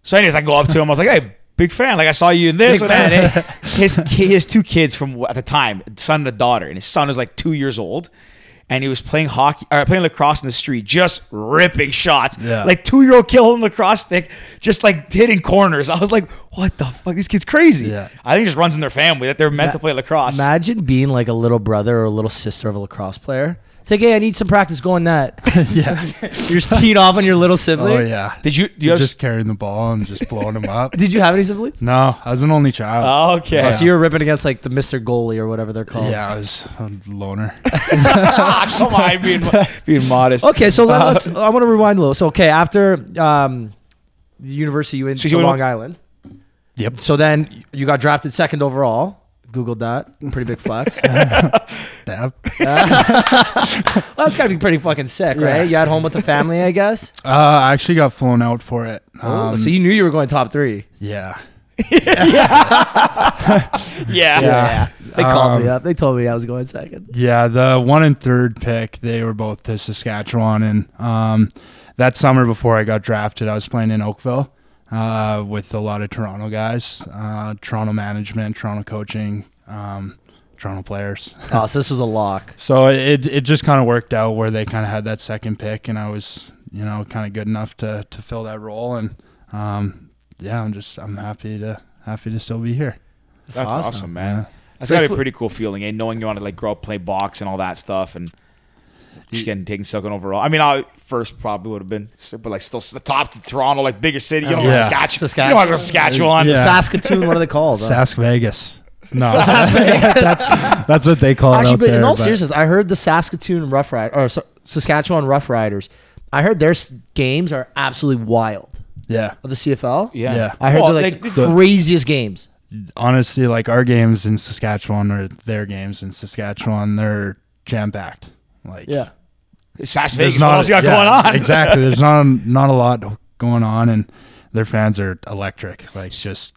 Speaker 1: So, anyways, I go up to him. I was like, hey, big fan. Like I saw you in this.
Speaker 2: Big
Speaker 1: and that. And his ki- his two kids from at the time, son and a daughter, and his son was like two years old. And he was playing hockey, or playing lacrosse in the street, just ripping shots,
Speaker 6: Yeah.
Speaker 1: like two year old kid holding a lacrosse stick, just like hitting corners. I was like, "What the fuck? This kid's crazy."
Speaker 6: Yeah.
Speaker 1: I think it just runs in their family that they're meant to play lacrosse.
Speaker 2: Imagine being like a little brother or a little sister of a lacrosse player. It's like, hey, I need some practice going that.
Speaker 6: yeah.
Speaker 2: You're just teed off on your little sibling.
Speaker 6: Oh yeah.
Speaker 1: Did you? Do you
Speaker 6: You're
Speaker 1: have?
Speaker 6: just carrying the ball and just blowing them up.
Speaker 2: Did you have any siblings?
Speaker 6: No, I was an only child.
Speaker 1: oh, okay.
Speaker 2: Oh, so you were ripping against like the Mr. Goalie or whatever they're called.
Speaker 6: Yeah, I was a loner.
Speaker 1: Ah, come on, being being modest.
Speaker 2: Okay, so
Speaker 6: Uh,
Speaker 2: let, us I want to rewind a little. So okay, after um, the university, you went
Speaker 1: So
Speaker 2: to
Speaker 1: you went-
Speaker 2: Long Island.
Speaker 6: Yep.
Speaker 2: So then you got drafted second overall. Googled that. Pretty big flex. well, that's gotta be pretty fucking sick, right? You at home with the family, I guess.
Speaker 6: Uh, I actually got flown out for it.
Speaker 2: oh,
Speaker 6: Um,
Speaker 2: so you knew you were going top three.
Speaker 6: yeah.
Speaker 1: yeah.
Speaker 6: Yeah.
Speaker 2: They called me
Speaker 6: Um,
Speaker 2: up. They told me I was going second.
Speaker 6: Yeah, the one and third pick, they were both to Saskatchewan. And um, that summer before I got drafted, I was playing in Oakville uh, with a lot of Toronto guys, uh, Toronto management, Toronto coaching, um, Toronto players.
Speaker 2: Oh, so this was a lock.
Speaker 6: So it it just kind of worked out where they kind of had that second pick, and I was you know kind of good enough to to fill that role, and um, yeah, I'm just I'm happy to happy to still be here.
Speaker 1: That's awesome, man. That's
Speaker 2: So
Speaker 1: gotta be
Speaker 2: if-
Speaker 1: a pretty cool feeling, eh? Knowing you want to like grow up, play box, and all that stuff, and just getting taken second overall. I mean, I first probably would have been, but like still s- the top to Toronto, like bigger city. You don't
Speaker 6: Yeah.
Speaker 1: want Saskatchewan. You don't want to go to Saskatchewan.
Speaker 6: Yeah.
Speaker 2: Saskatoon, what are they called? Uh,
Speaker 6: Sask Vegas. No, that's that's what they call it.
Speaker 2: Actually,
Speaker 6: out
Speaker 2: but
Speaker 6: there,
Speaker 2: in all seriousness, I heard the Saskatoon Rough Rider or Sa- Saskatchewan Rough Riders. I heard their s- games are absolutely wild
Speaker 6: yeah.
Speaker 2: of the CFL.
Speaker 1: Yeah.
Speaker 6: Yeah.
Speaker 2: I heard
Speaker 1: Well,
Speaker 2: they're like
Speaker 1: they-
Speaker 2: the craziest games.
Speaker 6: Honestly, like our games in Saskatchewan or their games in Saskatchewan, they're jam packed. Like
Speaker 1: Sask
Speaker 6: there's
Speaker 1: Vegas. What else you got
Speaker 6: yeah,
Speaker 1: going on?
Speaker 6: exactly. There's not not a lot going on, and their fans are electric. Like just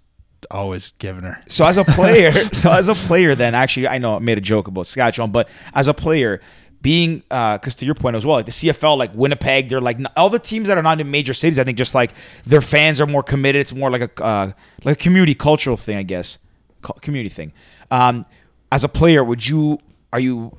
Speaker 6: always giving her.
Speaker 1: So as a player, so as a player, then actually, I know I made a joke about Saskatchewan, but as a player, being because to your point as well, like the CFL, like Winnipeg, they're like all the teams that are not in major cities. I think just like their fans are more committed. It's more like a uh, like a community cultural thing, I guess, Co- community thing. Um, as a player, would you are you?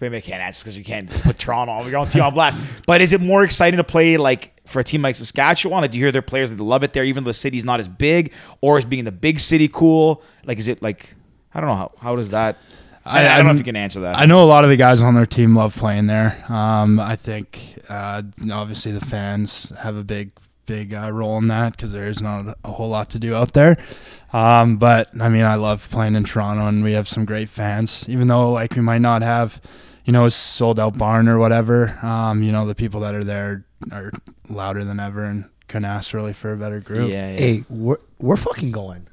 Speaker 1: Maybe I can't answer because you can't put Toronto your own team on blast. But is it more exciting to play like for a team like Saskatchewan? Like, do you hear their players that love it there, even though the city's not as big, or is being in the big city cool? Like, is it like I don't know how how does that? I, I, don't know if you can answer that.
Speaker 6: I know a lot of the guys on their team love playing there. Um, I think uh, obviously the fans have a big, big uh, role in that because there is not a whole lot to do out there. Um, but I mean, I love playing in Toronto, and we have some great fans. Even though like we might not have, you know, a sold out barn or whatever. Um, you know, the people that are there are louder than ever, and couldn't ask really for a better group.
Speaker 2: Hey, we're, we're fucking going.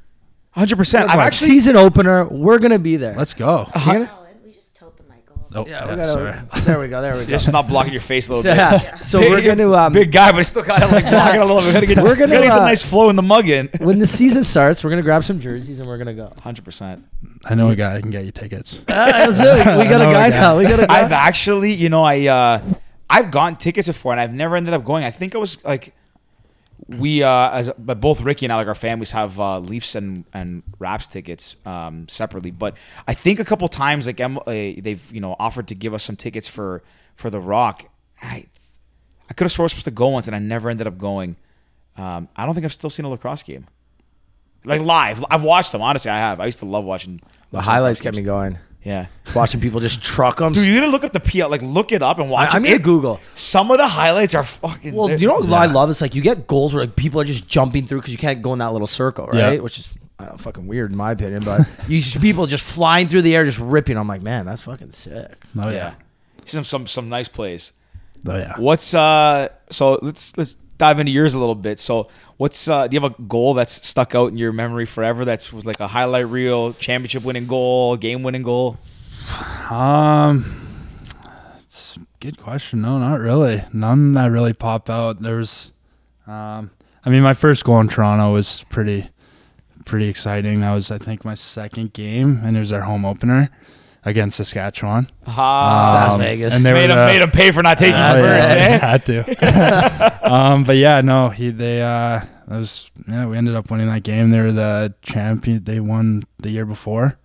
Speaker 1: hundred percent. I'm
Speaker 2: Like,
Speaker 1: actually
Speaker 2: season opener. We're gonna be there.
Speaker 6: Let's go.
Speaker 2: You gonna-
Speaker 5: Alan, we just told the Michael.
Speaker 6: Oh,
Speaker 2: yeah,
Speaker 6: yeah,
Speaker 2: we
Speaker 6: sorry.
Speaker 2: gotta, there we go. There we go.
Speaker 1: just not blocking your face a little bit.
Speaker 2: Yeah. So we're gonna um,
Speaker 1: big guy, but still kind of like blocking a little bit. Gotta get,
Speaker 2: We're gonna,
Speaker 1: gotta get the
Speaker 2: uh,
Speaker 1: nice flow in the mug in.
Speaker 2: when the season starts, we're gonna grab some jerseys and we're gonna go.
Speaker 1: Hundred percent.
Speaker 6: I know a guy that can get you tickets.
Speaker 2: That's it. We got a
Speaker 6: Another
Speaker 2: guy
Speaker 6: guy.
Speaker 2: now. We got a guy.
Speaker 1: I've actually, you know, I uh, I've gotten tickets before, and I've never ended up going. I think I was like, we uh, as but both Ricky and I, like our families, have uh, Leafs and and Raps tickets um, separately. But I think a couple times, like em- uh, they've you know offered to give us some tickets for for the Rock. I I could have swore I was supposed to go once, and I never ended up going. Um, I don't think I've still seen a lacrosse game. Like live, I've watched them. Honestly, I have. I used to love watching
Speaker 2: the highlights get me going.
Speaker 1: Yeah,
Speaker 2: Watching people just truck them.
Speaker 1: Dude, you gotta look up the PL, like look it up and watch.
Speaker 2: I- I'm
Speaker 1: it.
Speaker 2: gonna
Speaker 1: It-
Speaker 2: Google.
Speaker 1: Some of the highlights are fucking.
Speaker 2: Well,
Speaker 1: they're-
Speaker 2: you know what I love? It's like you get goals where like people are just jumping through because you can't go in that little circle,
Speaker 6: Yeah.
Speaker 2: right? Which is I don't know, fucking weird in my opinion, but you see people just flying through the air, just ripping. I'm like, man, that's fucking sick.
Speaker 6: Oh
Speaker 1: yeah, some some some nice plays.
Speaker 6: Oh yeah.
Speaker 1: What's uh? So let's let's dive into yours a little bit. So what's uh? Do you have a goal that's stuck out in your memory forever? That's was like a highlight reel, championship winning goal, game winning goal.
Speaker 6: Um, it's a good question. No, not really. None that really pop out. There's, um, I mean, my first goal in Toronto was pretty, pretty exciting. That was, I think, my second game, and it was our home opener against Saskatchewan. Um,
Speaker 1: Ah,
Speaker 2: Las Vegas.
Speaker 6: and they
Speaker 1: made
Speaker 6: were
Speaker 1: him
Speaker 6: the-
Speaker 1: made him pay for not taking
Speaker 6: Oh,
Speaker 1: you first.
Speaker 6: yeah,
Speaker 1: Eh?
Speaker 6: had to. um, but yeah, no, he they uh, that was yeah. We ended up winning that game. They were the champion. They won the year before.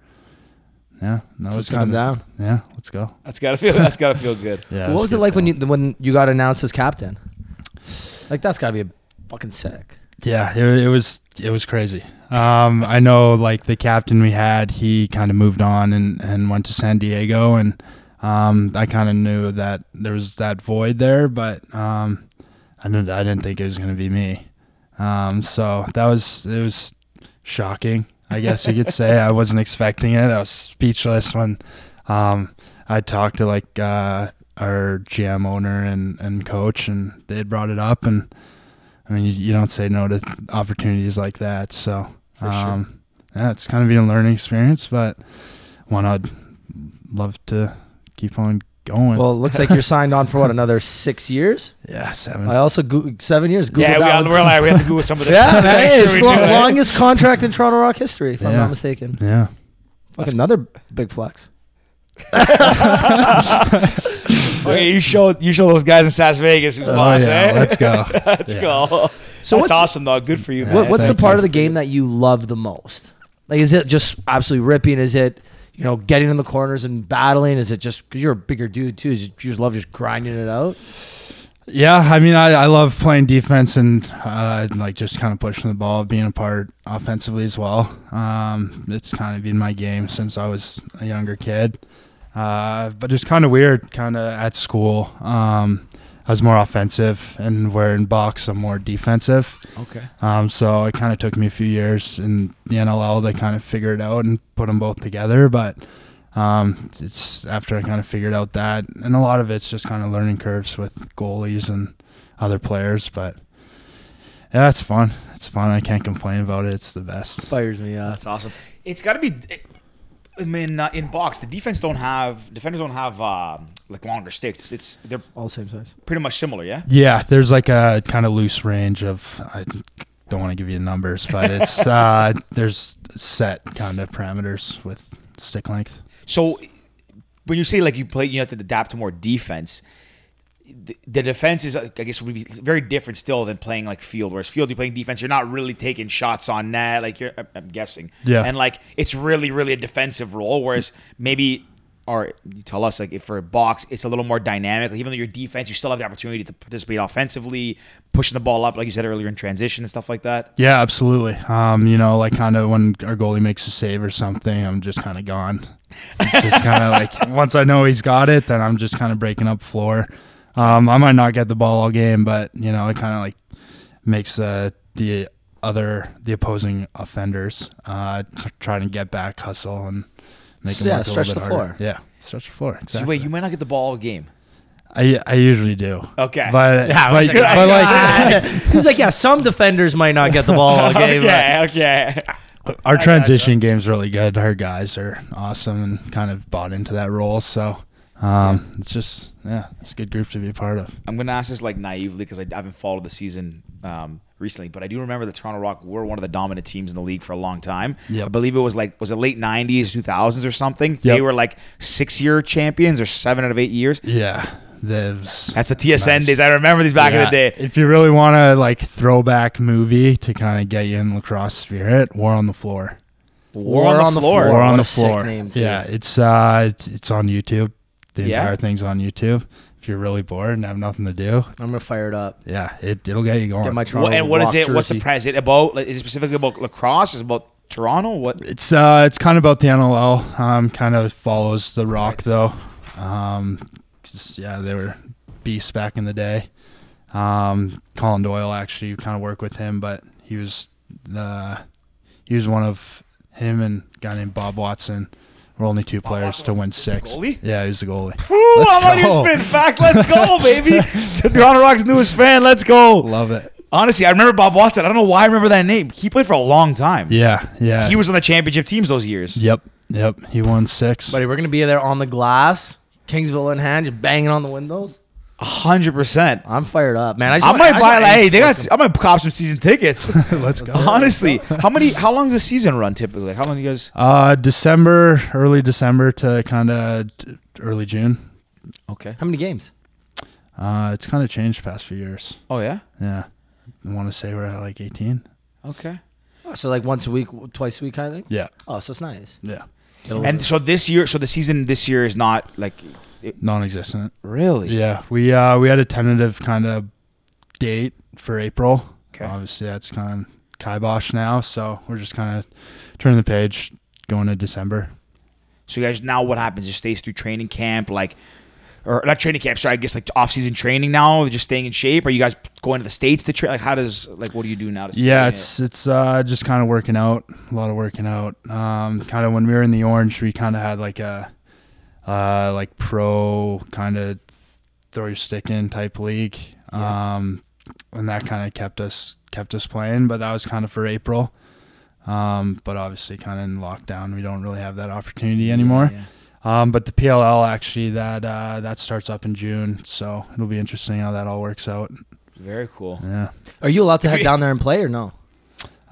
Speaker 6: Yeah, that was
Speaker 2: took 'em
Speaker 6: kind of
Speaker 2: down.
Speaker 6: Yeah, let's go.
Speaker 1: That's gotta feel. That's gotta feel good.
Speaker 6: Yeah.
Speaker 2: what
Speaker 6: that's
Speaker 2: was it
Speaker 6: good
Speaker 2: like when
Speaker 6: feeling.
Speaker 2: you when you got announced as captain? Like that's gotta be a fucking sick.
Speaker 6: Yeah, it, it was it was crazy. Um, I know like the captain we had, he kind of moved on and and went to San Diego, and um, I kind of knew that there was that void there, but um, I didn't I didn't think it was gonna be me. Um, so that was it was shocking, I guess you could say. I wasn't expecting it. I was speechless when um, I talked to like uh, our GM owner and and coach, and they had brought it up and. I mean, you, you don't say no to opportunities like that. So, um, yeah, it's kind of been a learning experience, but one I'd love to keep on going.
Speaker 2: Well, it looks like you're signed on for what another six years.
Speaker 6: yeah, seven.
Speaker 2: I also go- seven years. Googled
Speaker 1: yeah, we,
Speaker 2: that
Speaker 1: all-
Speaker 2: one.
Speaker 1: we're like we have to Google some of this.
Speaker 2: yeah,
Speaker 1: stuff to
Speaker 2: man,
Speaker 1: make sure
Speaker 2: it's
Speaker 1: we
Speaker 2: the
Speaker 1: do it.
Speaker 2: longest contract in Toronto Rock history, if I'm
Speaker 6: Yeah.
Speaker 2: not mistaken.
Speaker 6: yeah.
Speaker 2: Fucking another big flex.
Speaker 1: Okay, you show you show those guys in Las Vegas who's
Speaker 6: Oh,
Speaker 1: boss.
Speaker 6: yeah.
Speaker 1: eh?
Speaker 6: Let's go.
Speaker 1: Let's
Speaker 6: Yeah.
Speaker 1: go.
Speaker 2: So
Speaker 1: So that's
Speaker 2: what's-
Speaker 1: awesome, though. Good for you, man.
Speaker 2: What, what's the
Speaker 6: thank
Speaker 2: part
Speaker 6: you.
Speaker 2: of the game that you love the most? Like, is it just absolutely ripping? Is it you know getting in the corners and battling? Is it just because you're a bigger dude too? Is it, you just love just grinding it out?
Speaker 6: Yeah, I mean, I, I love playing defense and uh, like just kind of pushing the ball, being a part offensively as well. Um, it's kind of been my game since I was a younger kid. Uh, but it's kind of weird, kind of at school. Um, I was more offensive, and where in box, I'm more defensive.
Speaker 1: Okay.
Speaker 6: Um, so it kind of took me a few years in the NLL to kind of figure it out and put them both together. But um, it's after I kind of figured out that, and a lot of it's just kind of learning curves with goalies and other players. But yeah, it's fun. It's fun. I can't complain about it. It's the best.
Speaker 2: Fires me up.
Speaker 1: That's awesome. It's got to be. It, I mean, uh, in box, the defense don't have defenders don't have uh, like longer sticks. It's they're
Speaker 2: All same size.
Speaker 1: pretty much similar, yeah.
Speaker 6: Yeah, there's like a kind of loose range of. I don't want to give you the numbers, but it's uh, there's set kind of parameters with stick length.
Speaker 1: So when you say like you play, you have to adapt to more defense. The, the defense is, I guess, would be very different still than playing like field. Whereas field, you're playing defense, you're not really taking shots on net. Like you're, I'm- I'm guessing,
Speaker 6: Yeah.
Speaker 1: And like it's really, really a defensive role. Whereas maybe, or you tell us like if for a box, it's a little more dynamic. Like, even though you're defense, you still have the opportunity to participate offensively, pushing the ball up, like you said earlier in transition and stuff like that.
Speaker 6: Yeah, absolutely. Um, you know, like kind of when our goalie makes a save or something, I'm just kind of gone. It's just kind of like once I know he's got it, then I'm just kind of breaking up floor. Um, I might not get the ball all game, but you know, it kind of like makes the the other the opposing offenders uh t- trying to get back, hustle, and make them
Speaker 2: Yeah,
Speaker 6: work a
Speaker 2: stretch
Speaker 6: little bit
Speaker 2: the
Speaker 6: harder.
Speaker 2: floor.
Speaker 6: Yeah, stretch the floor.
Speaker 1: So
Speaker 6: Exactly.
Speaker 1: wait, you might not get the ball all game.
Speaker 6: I I usually do.
Speaker 1: Okay.
Speaker 6: but
Speaker 3: Yeah, I
Speaker 6: but,
Speaker 3: was like,
Speaker 6: but like "Oh
Speaker 2: He's like, yeah, some defenders might not get the ball all game. but-
Speaker 1: Yeah. Okay.
Speaker 6: our transition game's really good. Our guys are awesome and kind of bought into that role. So um, it's just yeah, it's a good group to be a part of.
Speaker 1: I'm gonna ask this like naively because I haven't followed the season um, recently, but I do remember the Toronto Rock were one of the dominant teams in the league for a long time.
Speaker 6: Yep.
Speaker 1: I believe it was like was it late '90s, 2000s, or something. They
Speaker 6: Yep.
Speaker 1: were like six-year champions or seven out of eight years.
Speaker 6: Yeah, that's
Speaker 1: That's the TSN
Speaker 6: Nice.
Speaker 1: days. I remember these back in the day.
Speaker 6: If you really want to like throwback movie to kind of get you in lacrosse spirit, War on the Floor.
Speaker 1: War,
Speaker 2: War
Speaker 1: on the
Speaker 2: on the
Speaker 1: floor.
Speaker 2: floor.
Speaker 6: War on
Speaker 2: What
Speaker 6: the
Speaker 2: a sick
Speaker 6: Floor.
Speaker 2: name, too.
Speaker 6: yeah, it's uh, it's, it's on YouTube. The
Speaker 1: Yeah?
Speaker 6: entire thing's on YouTube. If you're really bored and have nothing to do,
Speaker 2: I'm gonna fire it up.
Speaker 6: yeah, it it'll get you going.
Speaker 2: Get my Toronto
Speaker 1: What, and what is
Speaker 2: Rock
Speaker 1: it? What's the
Speaker 2: jersey.
Speaker 1: prize? Is it about? Like, is it specifically about lacrosse? Is it about Toronto? What?
Speaker 6: It's uh, it's kind of about the NLL. Um, kind of follows the Rock though. Um, just, yeah, they were beasts back in the day. Um, Colin Doyle actually kind of worked with him, but he was the he was one of him and a guy named Bob Watson were only two players
Speaker 1: Watson
Speaker 6: to
Speaker 1: was
Speaker 6: win
Speaker 1: the
Speaker 6: six.
Speaker 1: goalie?
Speaker 6: Yeah, he was the goalie.
Speaker 1: Ooh,
Speaker 6: Let's
Speaker 1: I'm on your
Speaker 6: go.
Speaker 1: spin facts. Let's go, baby. Toronto Rock's newest fan. Let's go.
Speaker 6: Love it.
Speaker 1: Honestly, I remember Bob Watson. I don't know why I remember that name. He played for a long time.
Speaker 6: Yeah, yeah.
Speaker 1: He was on the championship teams those years.
Speaker 6: Yep, yep. He won six.
Speaker 2: Buddy, we're gonna be there on the glass, Kingsville in hand, just banging on the windows.
Speaker 1: hundred percent.
Speaker 2: I'm fired up, man. I, just
Speaker 1: I
Speaker 2: want-
Speaker 1: might
Speaker 2: just
Speaker 1: buy
Speaker 2: want
Speaker 1: like, hey,
Speaker 2: Angels
Speaker 1: they
Speaker 2: for
Speaker 1: got.
Speaker 2: some-
Speaker 1: I might cop some season tickets.
Speaker 6: Let's go.
Speaker 1: Honestly, how many? How long does the season run typically? Like, how long do you guys?
Speaker 6: Uh, December, early December to kind of early June.
Speaker 1: Okay.
Speaker 2: How many games?
Speaker 6: Uh, it's kind of changed past few years.
Speaker 1: Oh yeah.
Speaker 6: Yeah, I want to say we're at like 18.
Speaker 1: Okay.
Speaker 2: Oh, so like once a week, twice a week, kind of thing.
Speaker 6: Yeah,
Speaker 2: Oh, so it's nice.
Speaker 6: yeah,
Speaker 1: And so this year, so the season this year is not like
Speaker 6: non-existent.
Speaker 1: really.
Speaker 6: Yeah, we uh we had a tentative kind of date for April.
Speaker 1: Okay.
Speaker 6: Obviously, that's kind of kibosh now, so we're just kind of turning the page, going to December.
Speaker 1: So you guys now what happens? It stays through training camp, like, or not training camp. Sorry, I guess like off season training now. Just staying in shape. Are you guys going to the states to train? Like, how does like what do you do now? To stay
Speaker 6: Yeah,
Speaker 1: in it?
Speaker 6: it's it's uh, just kind of working out, a lot of working out. Um, kind of when we were in the orange, we kind of had like a uh, like pro kind of throw your stick in type league, um, and that kind of kept us kept us playing. But that was kind of for April. Um, but obviously, kind of in lockdown, we don't really have that opportunity anymore.
Speaker 1: Yeah.
Speaker 6: Um, but the PLL actually that uh, that starts up in June, so it'll be interesting how that all works out.
Speaker 1: Very cool.
Speaker 6: Yeah.
Speaker 2: Are you allowed to head
Speaker 1: you-
Speaker 2: down there and play or no?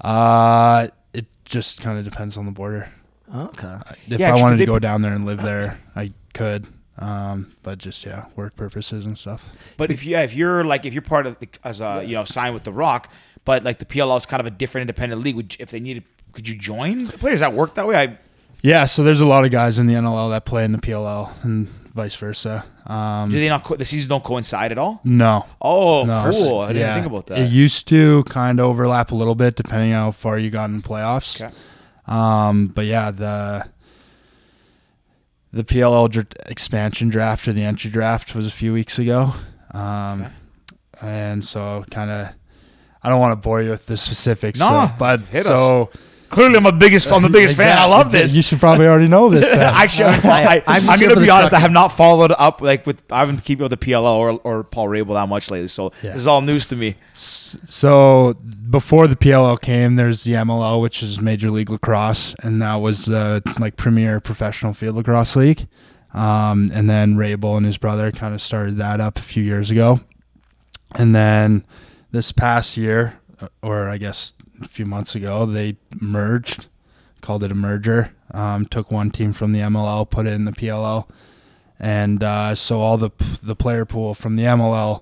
Speaker 6: Uh, it just kind of depends on the border.
Speaker 2: Okay.
Speaker 6: If
Speaker 1: Yeah,
Speaker 6: I
Speaker 1: actually,
Speaker 6: wanted
Speaker 1: they
Speaker 6: to go
Speaker 1: put-
Speaker 6: down there and live there, I could. Um, but just yeah, work purposes and stuff.
Speaker 1: But if you yeah, if you're like if you're part of the, as a you know signed with the Rock, but like the PLL is kind of a different independent league. Would you, if they needed, could you join? Players that work that way. I
Speaker 6: Yeah, so there's a lot of guys in the NLL that play in the PLL and vice versa. Um,
Speaker 1: do they not co- the seasons don't coincide at all.
Speaker 6: no,
Speaker 1: Oh,
Speaker 6: no,
Speaker 1: cool! I didn't
Speaker 6: yeah.
Speaker 1: think about that.
Speaker 6: It used to kind of overlap a little bit depending on how far you got in the playoffs.
Speaker 1: Okay.
Speaker 6: Um, but yeah, the the PLL dr- expansion draft or the entry draft was a few weeks ago. Um, And so, kind of, I don't want to bore you with the specifics.
Speaker 1: No,
Speaker 6: so, but
Speaker 1: hit
Speaker 6: so
Speaker 1: Clearly, I'm a biggest. I'm the biggest fan. I love
Speaker 6: Exactly.
Speaker 1: this.
Speaker 6: You should probably already know this. then.
Speaker 1: Actually, I'm, I,
Speaker 2: I'm
Speaker 1: am
Speaker 2: just here
Speaker 1: gonna
Speaker 2: for
Speaker 1: be
Speaker 2: the
Speaker 1: honest. I
Speaker 2: chuckle.
Speaker 1: have not followed up like with I haven't keeping up with the PLL or, or Paul Rabel that much lately. So
Speaker 6: Yeah.
Speaker 1: this is all news to me.
Speaker 6: So before the PLL came, there's the MLL, which is Major League Lacrosse, and that was the like premier professional field lacrosse league. Um, and then Rabel and his brother kind of started that up a few years ago. And then this past year, uh, or I guess a few months ago, they merged, called it a merger. Um, took one team from the MLL, put it in the PLL, and uh, so all the the player pool from the MLL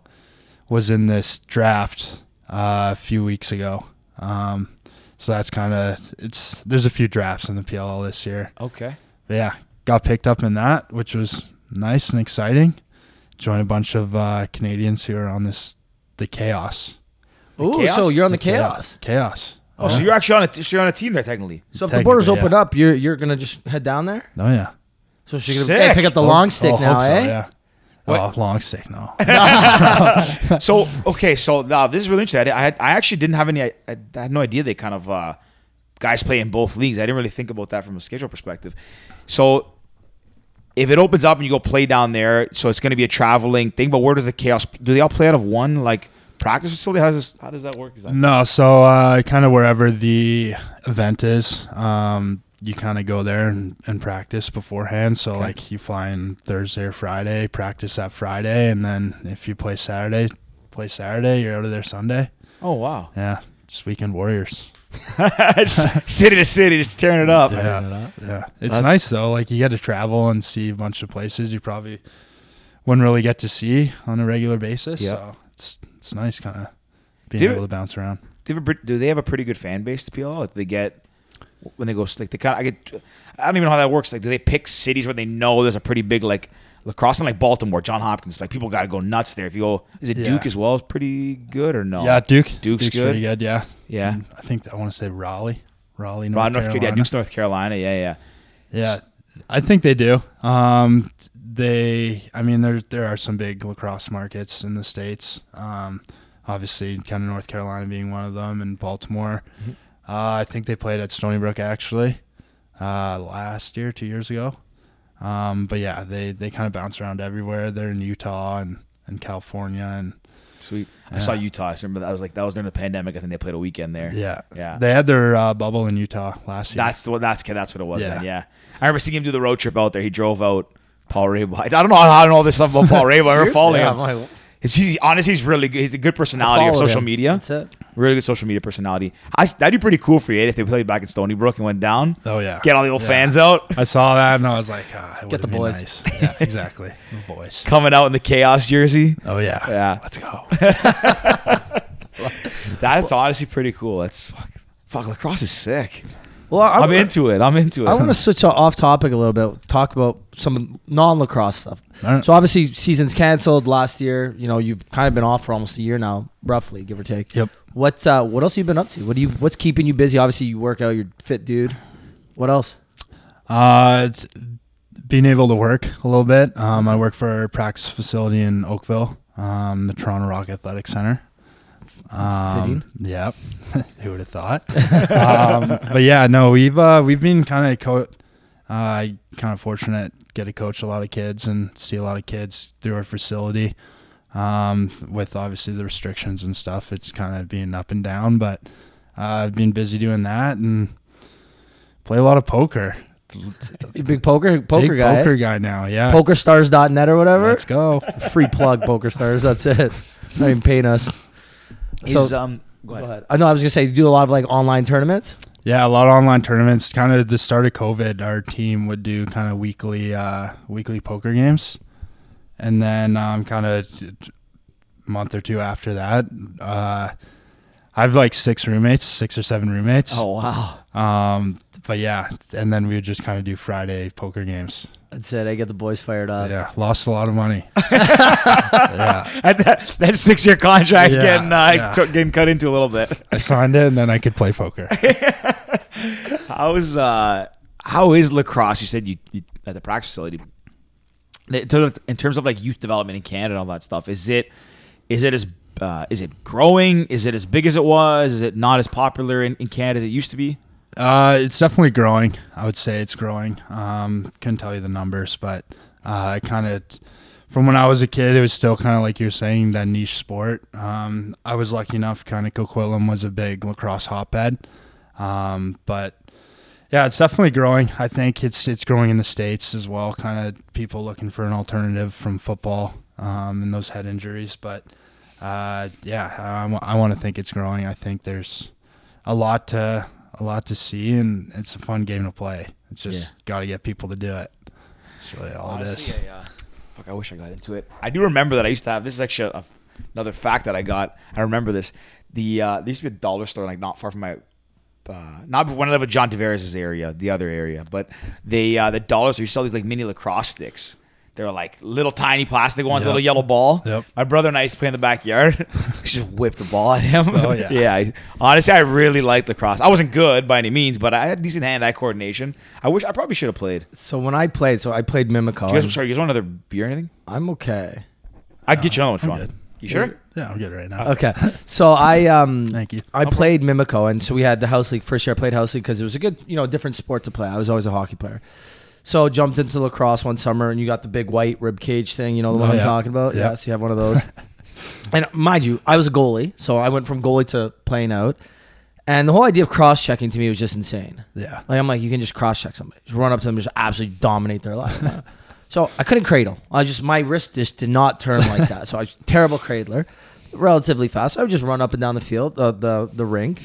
Speaker 6: was in this draft uh, a few weeks ago. Um, so that's kind of it's. There's a few drafts in the PLL this year.
Speaker 1: Okay.
Speaker 6: But yeah, got picked up in that, which was nice and exciting. Joined a bunch of uh, Canadians who are on this the chaos.
Speaker 3: Ooh, so
Speaker 1: chaos?
Speaker 3: you're on the chaos.
Speaker 6: Chaos.
Speaker 1: Oh, so you're actually on a t- so you're on a team there technically.
Speaker 2: So if the borders
Speaker 6: Technically,
Speaker 2: open
Speaker 6: yeah.
Speaker 2: up, you're you're gonna just head down there.
Speaker 6: Oh yeah.
Speaker 2: So she's gonna
Speaker 1: Sick.
Speaker 2: hey, pick up the long stick
Speaker 6: Oh,
Speaker 2: now,
Speaker 6: hope so,
Speaker 2: eh?
Speaker 6: Yeah. Oh, long stick. No.
Speaker 1: so okay, so now this is really interesting. I, I I actually didn't have any. I, I had no idea they kind of uh, guys play in both leagues. I didn't really think about that from a schedule perspective. So if it opens up and you go play down there, so it's going to be a traveling thing. But where does the chaos? Do they all play out of one like practice facility? How does this, how does that work? Is that
Speaker 6: No, so uh, kind of wherever the event is, um, you kind of go there and, and practice beforehand. So like you fly in Thursday or Friday, practice that Friday, and then if you play Saturday, play Saturday. You're out of there Sunday.
Speaker 1: oh wow,
Speaker 6: Yeah, just weekend warriors.
Speaker 1: Just city to city, just tearing it up.
Speaker 6: Yeah, yeah. It's nice though. Like you get to travel and see a bunch of places you probably wouldn't really get to see on a regular basis.
Speaker 1: Yep.
Speaker 6: So it's it's nice kind of being
Speaker 1: Dude.
Speaker 6: able to bounce around.
Speaker 1: Do they, have a, pre- do they have a pretty good fan base to PLL? Like, do they get when they go like they kind of I get I don't even know how that works. Like, do they pick cities where they know there's a pretty big like lacrosse and like Baltimore, John Hopkins? Like, people got to go nuts there. If you go, is it
Speaker 6: Yeah.
Speaker 1: Duke as well? Is pretty good or no?
Speaker 6: Yeah, Duke.
Speaker 1: Duke's good.
Speaker 6: pretty good. Yeah.
Speaker 1: Yeah.
Speaker 6: And I think I want to say Raleigh, Raleigh, North,
Speaker 1: Rod, North Carolina.
Speaker 6: Carolina.
Speaker 1: Yeah, Duke's North Carolina. Yeah, yeah.
Speaker 6: Yeah, I think they do. Um, they, I mean, there there are some big lacrosse markets in the states. Um, obviously, kind of North Carolina being one of them, and Baltimore.
Speaker 1: Mm-hmm.
Speaker 6: Uh, I think they played at Stony Brook actually uh, last year, two years ago. Um, but yeah, they they kind of bounce around everywhere. They're in Utah and and California and
Speaker 1: Sweet. I saw Utah. I just remember that. I was like, that was during the pandemic. I think they played a weekend there.
Speaker 6: yeah,
Speaker 1: Yeah.
Speaker 6: They had their uh, bubble in Utah last year.
Speaker 1: That's the what that's that's what it was
Speaker 6: Yeah.
Speaker 1: then. Yeah, I remember seeing him do the road trip out there. He drove out Paul Rabel. I don't know how I know all this stuff about Paul Rabel. I remember following
Speaker 2: Yeah,
Speaker 1: him.
Speaker 2: I'm like,
Speaker 1: He's, he's honestly he's really good. He's a good personality
Speaker 2: follow
Speaker 1: of social
Speaker 2: him.
Speaker 1: media.
Speaker 2: That's it.
Speaker 1: Really good social media personality. I, that'd be pretty cool for you eh, if they played back in Stony Brook and went down.
Speaker 6: Oh, yeah.
Speaker 1: get all the old
Speaker 6: Yeah.
Speaker 1: fans out
Speaker 6: I saw that and I was like, ah, it
Speaker 2: Get the
Speaker 6: would've been
Speaker 2: boys.
Speaker 6: Nice. Yeah, exactly. The boys.
Speaker 1: coming out in the chaos jersey.
Speaker 6: Oh yeah.
Speaker 1: Yeah.
Speaker 6: Let's go.
Speaker 1: That's honestly pretty cool. That's fuck. Fuck lacrosse is sick.
Speaker 2: Well, I'm,
Speaker 1: I'm, into it. I'm into it.
Speaker 2: I want to switch o- off topic a little bit. Talk about some non-lacrosse stuff.
Speaker 6: All right.
Speaker 2: So obviously, season's canceled last year. You know, you've kind of been off for almost a year now, roughly, give or take.
Speaker 6: Yep.
Speaker 2: What uh, What else have you been up to? What do you What's keeping you busy? Obviously, you work out. You're a fit, dude. What else?
Speaker 6: Uh, it's being able to work a little bit. Um, I work for a practice facility in Oakville, um, the Toronto Rock Athletic Center. Um,
Speaker 2: Fitting.
Speaker 6: yep. Who would have thought? um, but yeah, no, we've uh, we've been kind of co- uh, kind of fortunate get to coach a lot of kids and see a lot of kids through our facility. Um, with obviously the restrictions and stuff, it's kind of being up and down, but uh, I've been busy doing that and play a lot of poker.
Speaker 2: You big poker poker
Speaker 6: Big
Speaker 2: guy. eh?
Speaker 6: poker
Speaker 2: Poker.
Speaker 6: guy now. Yeah.
Speaker 2: PokerStars.net or whatever.
Speaker 6: Let's go.
Speaker 2: Uh, Free plug, PokerStars. That's it. Not even paying us. So
Speaker 1: Is, um, go
Speaker 2: uh, go
Speaker 1: ahead.
Speaker 2: ahead. I know. I was gonna say you do a lot of like online tournaments.
Speaker 6: Yeah, a lot of online tournaments. Kind of the start of COVID, our team would do kind of weekly uh, weekly poker games, and then um, kind of month or two after that, uh, I've like six roommates, six or seven roommates.
Speaker 1: Oh wow.
Speaker 6: Um, but yeah, and then we would just kind of do Friday poker games.
Speaker 2: That's it. I get the boys fired up.
Speaker 6: yeah, lost a lot of money.
Speaker 1: And that, that six year contract's
Speaker 6: Yeah,
Speaker 1: getting uh,
Speaker 6: yeah.
Speaker 1: t- getting cut into a little bit.
Speaker 6: I signed it, and then I could play poker.
Speaker 1: I was uh how is lacrosse? You said you, you at the practice facility. In terms of- in terms of like youth development in Canada and all that stuff, is it is it as uh, is it growing? Is it as big as it was? Is it not as popular in, in Canada as it used to be?
Speaker 6: Uh, it's definitely growing. I would say it's growing. Um, couldn't tell you the numbers, but uh, I kind of, from when I was a kid, it was still kind of like you're saying that niche sport. Um, I was lucky enough. Kind of Coquitlam was a big lacrosse hotbed, um, but yeah, it's definitely growing. I think it's it's growing in the states as well. Kind of people looking for an alternative from football um, and those head injuries, but uh, yeah, I want to think it's growing. I think there's a lot to a lot to see, and it's a fun game to play. It's just got to get people to do it. That's really all it is.
Speaker 1: I, uh, fuck, I wish I got into it. I do remember that I used to have. This is actually a, another fact that I got. I remember this. The uh, there used to be a dollar store like not far from my. Uh, not when I live at John Tavares' area, the other area, but they uh, the dollar store you sell these like mini lacrosse sticks. They were like little tiny plastic ones,
Speaker 6: Yep.
Speaker 1: little yellow ball.
Speaker 6: Yep.
Speaker 1: My brother and I used to play in the backyard. just whipped the ball at him.
Speaker 6: Oh, yeah.
Speaker 1: yeah. I, honestly, I really liked lacrosse. I wasn't good by any means, but I had decent hand-eye coordination. I wish I probably should have played.
Speaker 2: So when I played, so I played Mimico.
Speaker 6: Oh,
Speaker 1: You guys,
Speaker 2: and
Speaker 1: sorry, you guys want another beer or anything?
Speaker 2: I'm okay.
Speaker 1: I'd get you another one if you want.
Speaker 6: good.
Speaker 1: You sure?
Speaker 6: Yeah, I'm good right now.
Speaker 2: Okay. So I um
Speaker 6: Thank you.
Speaker 2: I played Mimico and so we had the house league first year I played house league cuz it was a good, you know, different sport to play. I was always a hockey player. So jumped into lacrosse one summer and you got the big white rib cage thing, you know the one
Speaker 6: Oh,
Speaker 2: I'm
Speaker 6: yeah.
Speaker 2: talking about?
Speaker 6: Yeah.
Speaker 2: Yes, you have one of those. and mind you, I was a goalie, so I went from goalie to playing out. And the whole idea of cross checking to me was just insane.
Speaker 6: Yeah.
Speaker 2: Like I'm like, you can just cross check somebody, just run up to them, just absolutely dominate their life. so I couldn't cradle. I just my wrist just did not turn like that. So I was a terrible cradler, relatively fast. I would just run up and down the field, uh, the the rink,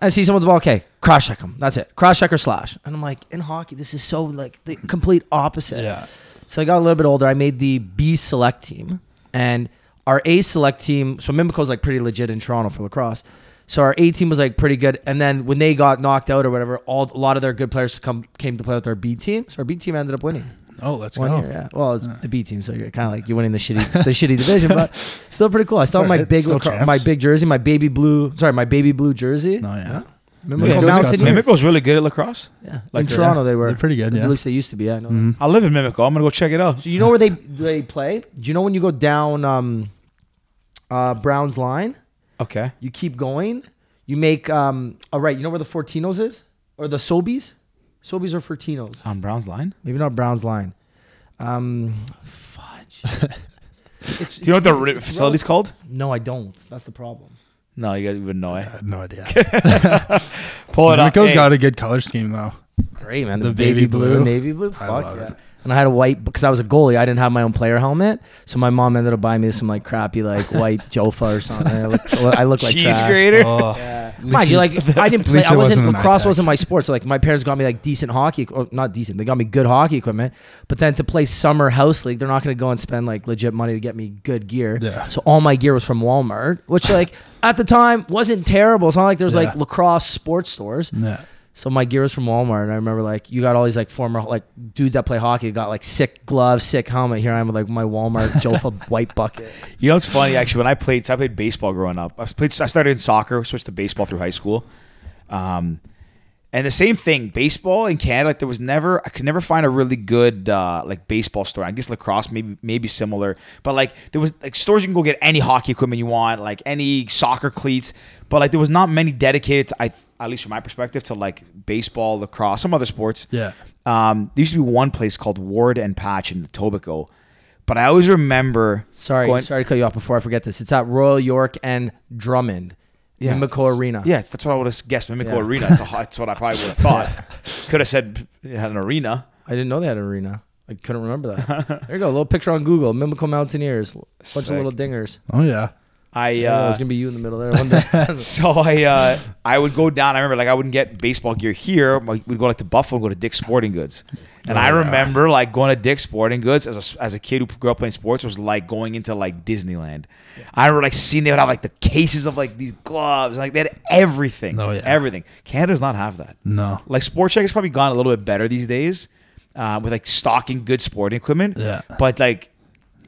Speaker 2: and see someone with the ball. Okay, cross check them. That's it. Cross check or slash. And I'm like, in hockey, this is so like the complete opposite.
Speaker 6: Yeah.
Speaker 2: So I got a little bit older. I made the B select team and our A select team. So Mimico's like pretty legit in Toronto for lacrosse. So our A team was like pretty good. And then when they got knocked out or whatever, all a lot of their good players come came to play with their B team. So our B team ended up winning
Speaker 6: Oh, let's
Speaker 2: one
Speaker 6: go.
Speaker 2: year. Yeah. Well, it's the B team, so you're kind of like you're winning the shitty the shitty division, but still pretty cool. I still have my
Speaker 6: alright.
Speaker 2: big
Speaker 6: Still
Speaker 2: lacro-
Speaker 6: champs.
Speaker 2: my big jersey, my baby blue. Sorry, my baby blue jersey.
Speaker 6: No, yeah.
Speaker 2: Mimico
Speaker 6: Mimico's got
Speaker 2: Mountaineers.
Speaker 6: some-
Speaker 1: Mimico's really good at lacrosse.
Speaker 2: Yeah.
Speaker 1: Like
Speaker 2: in
Speaker 1: that.
Speaker 2: Toronto, they were
Speaker 6: They're pretty good, yeah.
Speaker 2: At least they used to be. Yeah, I know.
Speaker 6: Mhm.
Speaker 1: I live in Mimico. I'm gonna go check it out.
Speaker 2: Do you know where they they play? Do you know when you go down um, uh, Brown's line?
Speaker 1: Okay.
Speaker 2: You keep going. You make um, all right. You know where the Fortinos is or the Sobies? Sobies or Fortinos?
Speaker 1: On Brown's line.
Speaker 2: Maybe not Brown's line. Um, fudge. It's-
Speaker 1: Do you know what the
Speaker 2: it's-
Speaker 1: re-
Speaker 2: it's
Speaker 1: facility's
Speaker 2: rel-
Speaker 1: called?
Speaker 2: No, I don't. That's the problem.
Speaker 1: No, you guys would know it.
Speaker 6: I had no idea.
Speaker 1: Pull it up.
Speaker 6: Nico's
Speaker 1: Hey,
Speaker 6: got a good color scheme though.
Speaker 2: Great man,
Speaker 6: The baby blue.
Speaker 2: navy blue.
Speaker 6: I
Speaker 2: Fuck
Speaker 6: love
Speaker 2: yeah.
Speaker 6: it.
Speaker 2: And I had a white because I was a goalie. I didn't have my own player helmet, so my mom ended up buying me some like crappy like white Jofa or something. I look, I look like
Speaker 1: cheese
Speaker 2: trash.
Speaker 1: grater.
Speaker 2: Oh. Mind you, like I didn't play.
Speaker 6: least
Speaker 2: I
Speaker 6: it
Speaker 2: wasn't,
Speaker 6: wasn't an
Speaker 2: lacrosse
Speaker 6: eye
Speaker 2: wasn't my sport. So like my parents got me like decent hockey, or not decent. They got me good hockey equipment. But then to play summer house league, they're not going to go and spend like legit money to get me good gear.
Speaker 6: Yeah.
Speaker 2: So all my gear was from Walmart, which like at the time wasn't terrible. It's not like there was like
Speaker 6: Yeah.
Speaker 2: lacrosse sports stores.
Speaker 6: yeah.
Speaker 2: So my gear was from Walmart, and I remember like you got all these like former like dudes that play hockey got like sick gloves, sick helmet. Here I am with like my Walmart Jofa white bucket.
Speaker 1: You know what's funny? Actually, when I played, so I played baseball growing up. I was played. I started in soccer, switched to baseball through high school. Um, and the same thing, baseball in Canada. Like there was never, I could never find a really good uh, like baseball store. I guess lacrosse maybe maybe similar, but like there was like stores you can go get any hockey equipment you want, like any soccer cleats. But like there was not many dedicated. To, I at least from my perspective to like baseball, lacrosse, some other sports.
Speaker 6: Yeah.
Speaker 1: Um, there used to be one place called Ward and Patch in Tobico, but I always remember
Speaker 2: Sorry,
Speaker 1: going-
Speaker 2: sorry to cut you off before I forget this. It's at Royal York and Drummond, yeah. Mimico
Speaker 1: it's-
Speaker 2: Arena.
Speaker 1: Yeah, that's what I would have guessed. Mimico
Speaker 2: Yeah.
Speaker 1: Arena. That's, a, ho- that's what I probably would have thought. Could have said it had an arena.
Speaker 2: I didn't know they had an arena. I couldn't remember that. there you go, a little picture on Google. Mimico Mountaineers, bunch
Speaker 1: Sick.
Speaker 2: of little dingers.
Speaker 6: Oh yeah.
Speaker 1: I
Speaker 2: Yeah,
Speaker 1: uh,
Speaker 2: it's gonna be you in the middle there one day.
Speaker 1: so I uh, I would go down. I remember like I wouldn't get baseball gear here. Like, We'd go like to Buffalo and go to Dick's Sporting Goods. And
Speaker 2: Oh,
Speaker 1: I remember like going to Dick's Sporting Goods as a, as a kid who grew up playing sports was like going into like Disneyland. I remember like seeing they would have like the cases of like these gloves. Like they had everything.
Speaker 6: Oh, yeah.
Speaker 1: Everything. Canada does not have that.
Speaker 6: No.
Speaker 1: Like Sport Check has probably gone a little bit better these days uh, with like stocking good sporting equipment.
Speaker 6: Yeah.
Speaker 1: But like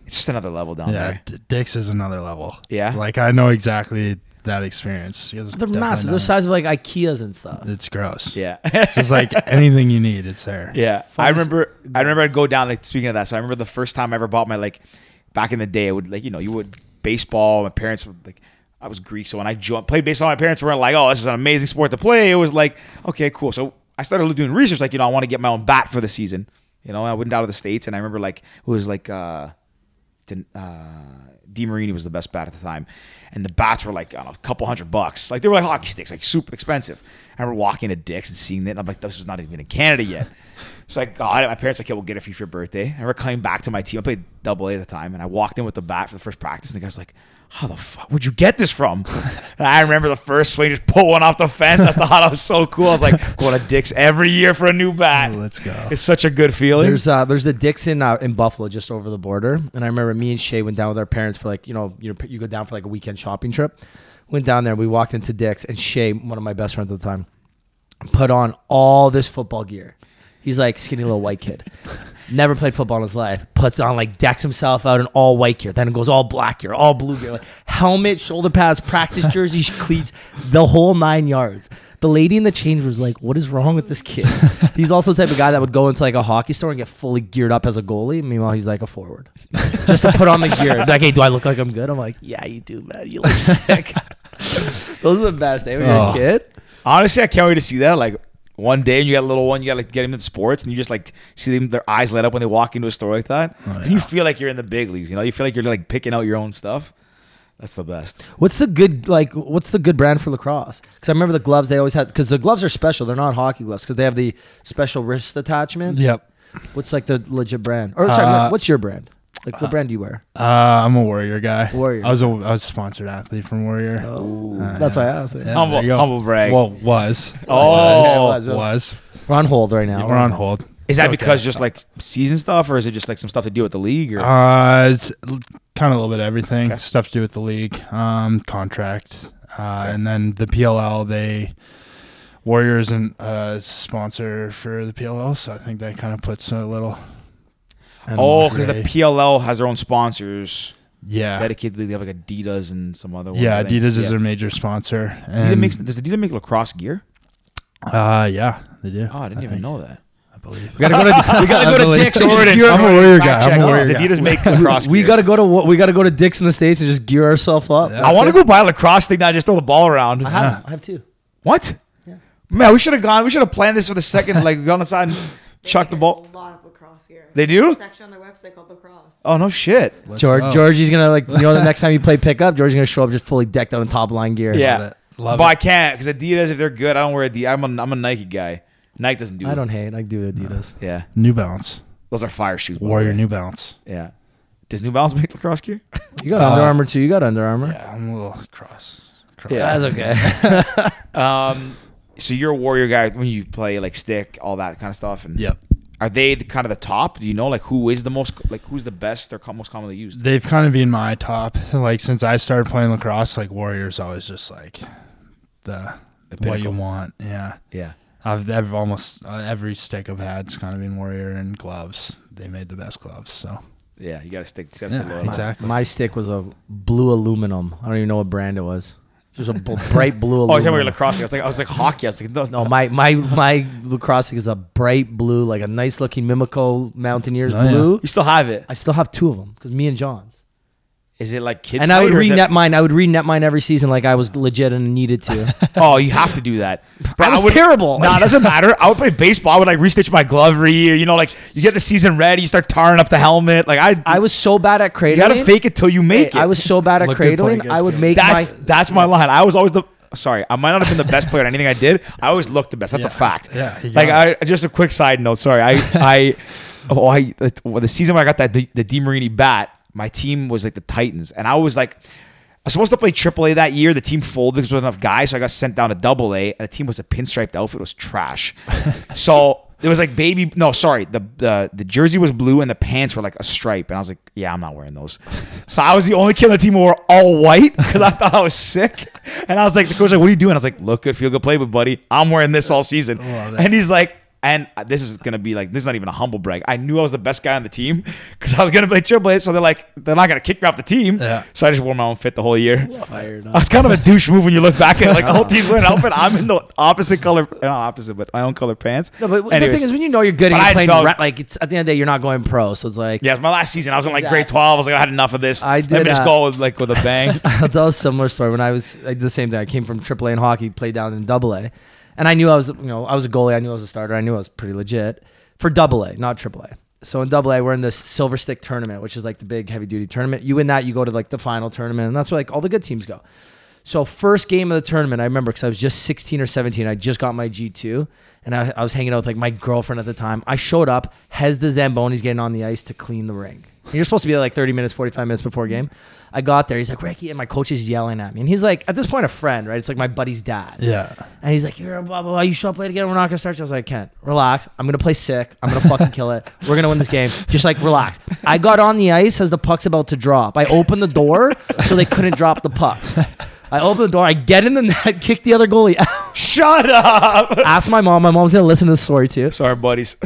Speaker 1: it's just another level down
Speaker 6: Yeah.
Speaker 1: there.
Speaker 6: D- Dick's is another level.
Speaker 1: Yeah?
Speaker 6: Like I know exactly that experience. You guys
Speaker 2: They're
Speaker 6: definitely
Speaker 2: massive.
Speaker 6: done
Speaker 2: They're
Speaker 6: it.
Speaker 2: size of like IKEAs and stuff.
Speaker 6: It's gross.
Speaker 1: Yeah.
Speaker 6: It's just like anything you need, it's there.
Speaker 1: Yeah, I remember. I remember I'd go down. Like speaking of that, so I remember the first time I ever bought my like. Back in the day, I would like you know you would baseball. My parents were like, I was Greek, so when I joined, played baseball, my parents weren't like, oh, this is an amazing sport to play. It was like, okay, cool. So I started doing research, like you know, I want to get my own bat for the season. You know, I went down to the states, and I remember like it was like. uh Den- uh, DeMarini was the best bat at the time, and the bats were like I don't know, a couple hundred bucks. Like they were like hockey sticks, like super expensive. I remember walking to Dick's and seeing that, and I'm like, this was not even in Canada yet. so I got it. My parents were like, okay, we'll get it for you for your birthday. I remember coming back to my team. I played double A at the time, and I walked in with the bat for the first practice, and the guy's like. How the fuck would you get this from? And I remember the first swing, just pull one off the fence. I thought I was so cool. I was like, going to Dick's every year for a new bat.
Speaker 6: Oh, let's go.
Speaker 1: It's such a good feeling.
Speaker 2: There's uh, there's the Dixon uh, in Buffalo, just over the border, and I remember me and Shay went down with our parents for like you know you know, you go down for like a weekend shopping trip. Went down there, we walked into Dick's, and Shay, one of my best friends at the time, put on all this football gear. He's like skinny little white kid, never played football in his life. Puts on like decks himself out in all white gear, then it goes all black gear, all blue gear, like helmet, shoulder pads, practice jerseys, cleats, the whole nine yards. The lady in the change was like, "What is wrong with this kid?" He's also the type of guy that would go into like a hockey store and get fully geared up as a goalie. Meanwhile, he's like a forward, just to put on the gear. Like, hey, do I look like I'm good? I'm like, yeah, you do, man. You look sick. Those are the best. They when you're
Speaker 6: Oh.
Speaker 2: a kid.
Speaker 1: Honestly, I can't wait to see that. Like one day, and you got a little one, you got to like get him into sports, and you just like see them their eyes light up when they walk into a store like that.
Speaker 6: Oh,
Speaker 1: And you feel like you're in the big leagues. You know, you feel like you're like picking out your own stuff. That's the best.
Speaker 2: What's the good like? What's the good brand for lacrosse? Because I remember the gloves they always had. Because the gloves are special. They're not hockey gloves because they have the special wrist attachment.
Speaker 6: Yep.
Speaker 2: What's like the legit brand? Or sorry,
Speaker 6: Uh,
Speaker 2: what's your brand? Like what brand do you wear?
Speaker 6: Uh, I'm a warrior guy.
Speaker 2: Warrior. Oh.
Speaker 6: I was a I was a sponsored athlete from Warrior. Uh,
Speaker 2: That's why I asked.
Speaker 6: yeah,
Speaker 2: it.
Speaker 1: Humble-
Speaker 6: there you go.
Speaker 1: humble brag.
Speaker 6: Well, was.
Speaker 1: Oh.
Speaker 6: was. was.
Speaker 2: We're on hold right now.
Speaker 6: We're on hold.
Speaker 1: Is that
Speaker 6: Okay.
Speaker 1: because just like season stuff, or is it just like some stuff to do with the league? Or
Speaker 6: Uh, it's kind of a little bit of everything. Stuff to do with the league, um, contract, uh, and then the PLL. They Warrior isn't a sponsor for the PLL, so I think that kind of puts a little.
Speaker 1: oh, because the
Speaker 6: animosity.
Speaker 1: PLL has their own sponsors.
Speaker 6: yeah,
Speaker 1: Dedicated, they have like Adidas and some other ones.
Speaker 6: yeah,
Speaker 1: I think.
Speaker 6: Adidas is
Speaker 1: Yeah.
Speaker 6: their major sponsor.
Speaker 1: Adidas
Speaker 6: And,
Speaker 1: makes, does Adidas make lacrosse gear?
Speaker 6: Uh, yeah, they do.
Speaker 1: Oh, I didn't even
Speaker 6: think,
Speaker 1: know that.
Speaker 6: I believe.
Speaker 2: We gotta go to. we gotta go to Dick's.
Speaker 6: I'm a warrior guy.
Speaker 1: Fact
Speaker 6: I'm
Speaker 1: check
Speaker 6: a
Speaker 1: us.
Speaker 6: warrior
Speaker 1: Does
Speaker 6: guy.
Speaker 1: Adidas make lacrosse
Speaker 2: We
Speaker 1: gear?
Speaker 2: gotta go to. wa- We gotta go to Dick's in the states and just gear ourselves up.
Speaker 1: I
Speaker 2: That's
Speaker 1: want to
Speaker 2: it. Uh-huh.
Speaker 1: go buy a lacrosse thing now. Just throw the ball around.
Speaker 2: I have. I have two.
Speaker 1: What? Man, we should have gone. We should have planned this for the second. Like, gone inside and chucked the ball.
Speaker 5: A lot of lacrosse here.
Speaker 1: They do?
Speaker 5: Section on their website called lacrosse.
Speaker 1: Oh no, shit.
Speaker 2: George,
Speaker 6: go.
Speaker 2: Georgie's gonna like you know the next time you play pickup, Georgie's gonna show up just fully decked out in top line gear.
Speaker 1: yeah,
Speaker 6: it. Love
Speaker 1: but
Speaker 6: it.
Speaker 1: I can't because Adidas. If they're good, I don't wear Adidas. I'm a, I'm a Nike guy. Nike doesn't do.
Speaker 2: I don't hate. I do Adidas.
Speaker 1: Yeah,
Speaker 6: New Balance,
Speaker 1: those are fire shoes. by the
Speaker 6: warrior
Speaker 1: way.
Speaker 6: New Balance.
Speaker 1: Yeah. Does New Balance make lacrosse gear?
Speaker 2: You
Speaker 6: Uh,
Speaker 2: got Under Armour too. You got Under Armour.
Speaker 6: Yeah, I'm a little cross. cross.
Speaker 1: Yeah.
Speaker 2: That's okay.
Speaker 1: Um, so you're a warrior guy when you play like stick, all that kind of stuff. And
Speaker 6: Yep.
Speaker 1: are they the, kind of the top? Do you know like who is the most like who's the best or com- most commonly used?
Speaker 6: They've kind of been my top. Like since I started playing lacrosse, like warriors always just like the, what you
Speaker 1: pinnacle.
Speaker 6: want. Yeah.
Speaker 1: Yeah.
Speaker 6: I've, I've almost uh, every stick I've had has kind of been warrior and gloves. They made the best gloves. So
Speaker 1: Yeah, you got to stick. Gotta stick
Speaker 6: yeah,
Speaker 1: loyal.
Speaker 6: exactly.
Speaker 2: My stick was a blue aluminum. I don't even know what brand it was. Just a bl- bright blue
Speaker 1: Oh,
Speaker 2: aluminum.
Speaker 1: you're talking about your lacrosse? gear. I was like, I was like hockey. I was like, no,
Speaker 2: No, my my my lacrosse is a bright blue, like a nice looking Mimico Mountaineers
Speaker 6: Oh, yeah.
Speaker 2: blue.
Speaker 1: You still have it.
Speaker 2: I still have two of them because me and John's.
Speaker 1: Is it like kids?
Speaker 2: and I
Speaker 1: play
Speaker 2: would
Speaker 1: or is
Speaker 2: renet
Speaker 1: it-
Speaker 2: mine. I would renet mine every season, like I was legit and needed to.
Speaker 1: Oh, you have to do that. Bro,
Speaker 2: I was
Speaker 1: would-
Speaker 2: terrible.
Speaker 1: Nah, it doesn't matter. I would play baseball. I would like restitch my glove every year. You know, like you get the season ready, you start tarring up the helmet. Like I,
Speaker 2: I was so bad at cradling.
Speaker 1: you gotta fake it till you make it.
Speaker 2: I was so bad at
Speaker 6: Look good, play
Speaker 2: cradling.
Speaker 6: good,
Speaker 2: I would
Speaker 6: kid.
Speaker 2: make
Speaker 1: That's
Speaker 2: my.
Speaker 1: that's my line. I was always the. Sorry, I might not have been the best player at anything I did. I always looked the best. That's a
Speaker 6: Yeah.
Speaker 1: fact.
Speaker 6: Yeah, you
Speaker 1: Like
Speaker 6: got
Speaker 1: I just a quick side note. Sorry, I I oh I well, the season when I got that D- the DeMarini bat, my team was like the Titans, and I was like. I was supposed to play AAA that year. The team folded because there wasn't enough guys, so I got sent down to Double A. And the team was a pinstriped outfit; it was trash. so it was like baby. No, sorry. The, the the jersey was blue and the pants were like a stripe. And I was like, yeah, I'm not wearing those. So I was the only kid on the team who wore all white because I thought I was sick. And I was like, the coach was like, what are you doing? I was like, look good, feel good, play, but buddy, I'm wearing this all season.
Speaker 6: Love it.
Speaker 1: And he's like, And this is gonna be like this is not even a humble brag. I knew I was the best guy on the team because I was gonna play triple A. So they're like, they're not gonna kick me off the team.
Speaker 6: Yeah.
Speaker 1: So I just wore my own fit the whole year. I was kind of a douche move when you look back at it. like the whole team's wearing an outfit. I'm in the opposite color, not opposite, but my own color pants.
Speaker 3: No, but the
Speaker 1: Anyways.
Speaker 3: thing is, when you know you're good
Speaker 1: But
Speaker 3: and
Speaker 1: I
Speaker 3: you're playing,
Speaker 1: felt-
Speaker 3: ra- like it's at the end of the day, you're not going pro. So it's like,
Speaker 1: Yeah, it was my last season. I was in like grade twelve. I was like, I had enough of this.
Speaker 2: I
Speaker 1: Let
Speaker 2: did,
Speaker 1: me just
Speaker 2: uh,
Speaker 1: go with like with a bang.
Speaker 2: I'll tell a similar story. When I was I did the same thing, I came from AAA in hockey, played down in AA, and I knew I was you know I was a goalie, I knew I was a starter, I knew I was pretty legit for AA, not AAA. So in AA, we're in this Silver Stick tournament, which is like the big heavy duty tournament. You win that, you go to like the final tournament, and that's where like all the good teams go. So first game of the tournament, I remember because I was just 16 or 17. I just got my G2, and I, I was hanging out with like my girlfriend at the time. I showed up, has the Zamboni's getting on the ice to clean the ring. And you're supposed to be there like 30 minutes, 45 minutes before game. I got there. He's like Ricky, and my coach is yelling at me, and he's like at this point a friend, right? It's like my buddy's dad.
Speaker 6: Yeah.
Speaker 2: And he's like, you're a blah, blah, blah. You show up late again. We're not going to start you. I was like, Kent, relax. I'm going to play sick. I'm going to fucking kill it. We're going to win this game. Just like, relax. I got on the ice as the puck's about to drop. I opened the door so they couldn't drop the puck. I open the door. I get in the net, kick the other goalie out.
Speaker 1: Shut up.
Speaker 2: Ask my mom. My mom's going to listen to this story too.
Speaker 1: Sorry, buddies.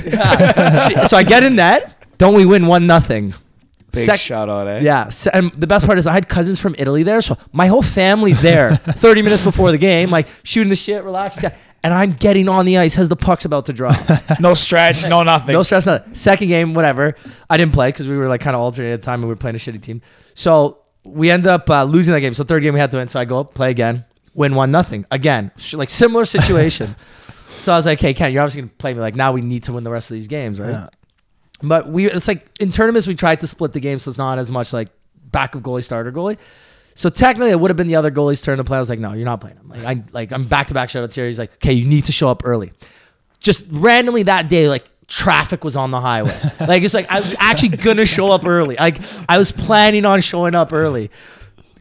Speaker 2: She- so I get in net. Don't we win 1 nothing?
Speaker 1: Big
Speaker 2: Sec-
Speaker 1: shout out, eh?
Speaker 2: Yeah. So, and the best part is I had cousins from Italy there, so my whole family's there 30 minutes before the game, like shooting the shit, relaxing. And I'm getting on the ice as the puck's about to drop.
Speaker 1: No stretch, no nothing.
Speaker 2: No stress, nothing. Second game, whatever. I didn't play because we were like kind of alternating at the time and we were playing a shitty team. So we end up uh, losing that game. So third game we had to win. So I go up, play again, win one nothing again. Sh- Like similar situation. so I was like, hey, Ken, you're obviously gonna play me. Like now we need to win the rest of these games, right?
Speaker 6: Yeah.
Speaker 2: But we it's like in tournaments we tried to split the game, so it's not as much like back of goalie starter goalie. So technically, it would have been the other goalie's turn to play. I was like, no, you're not playing him. Like I like I'm back to back shutouts here. He's like, okay, you need to show up early. Just randomly that day, like traffic was on the highway. like it's like I was actually gonna show up early. Like I was planning on showing up early.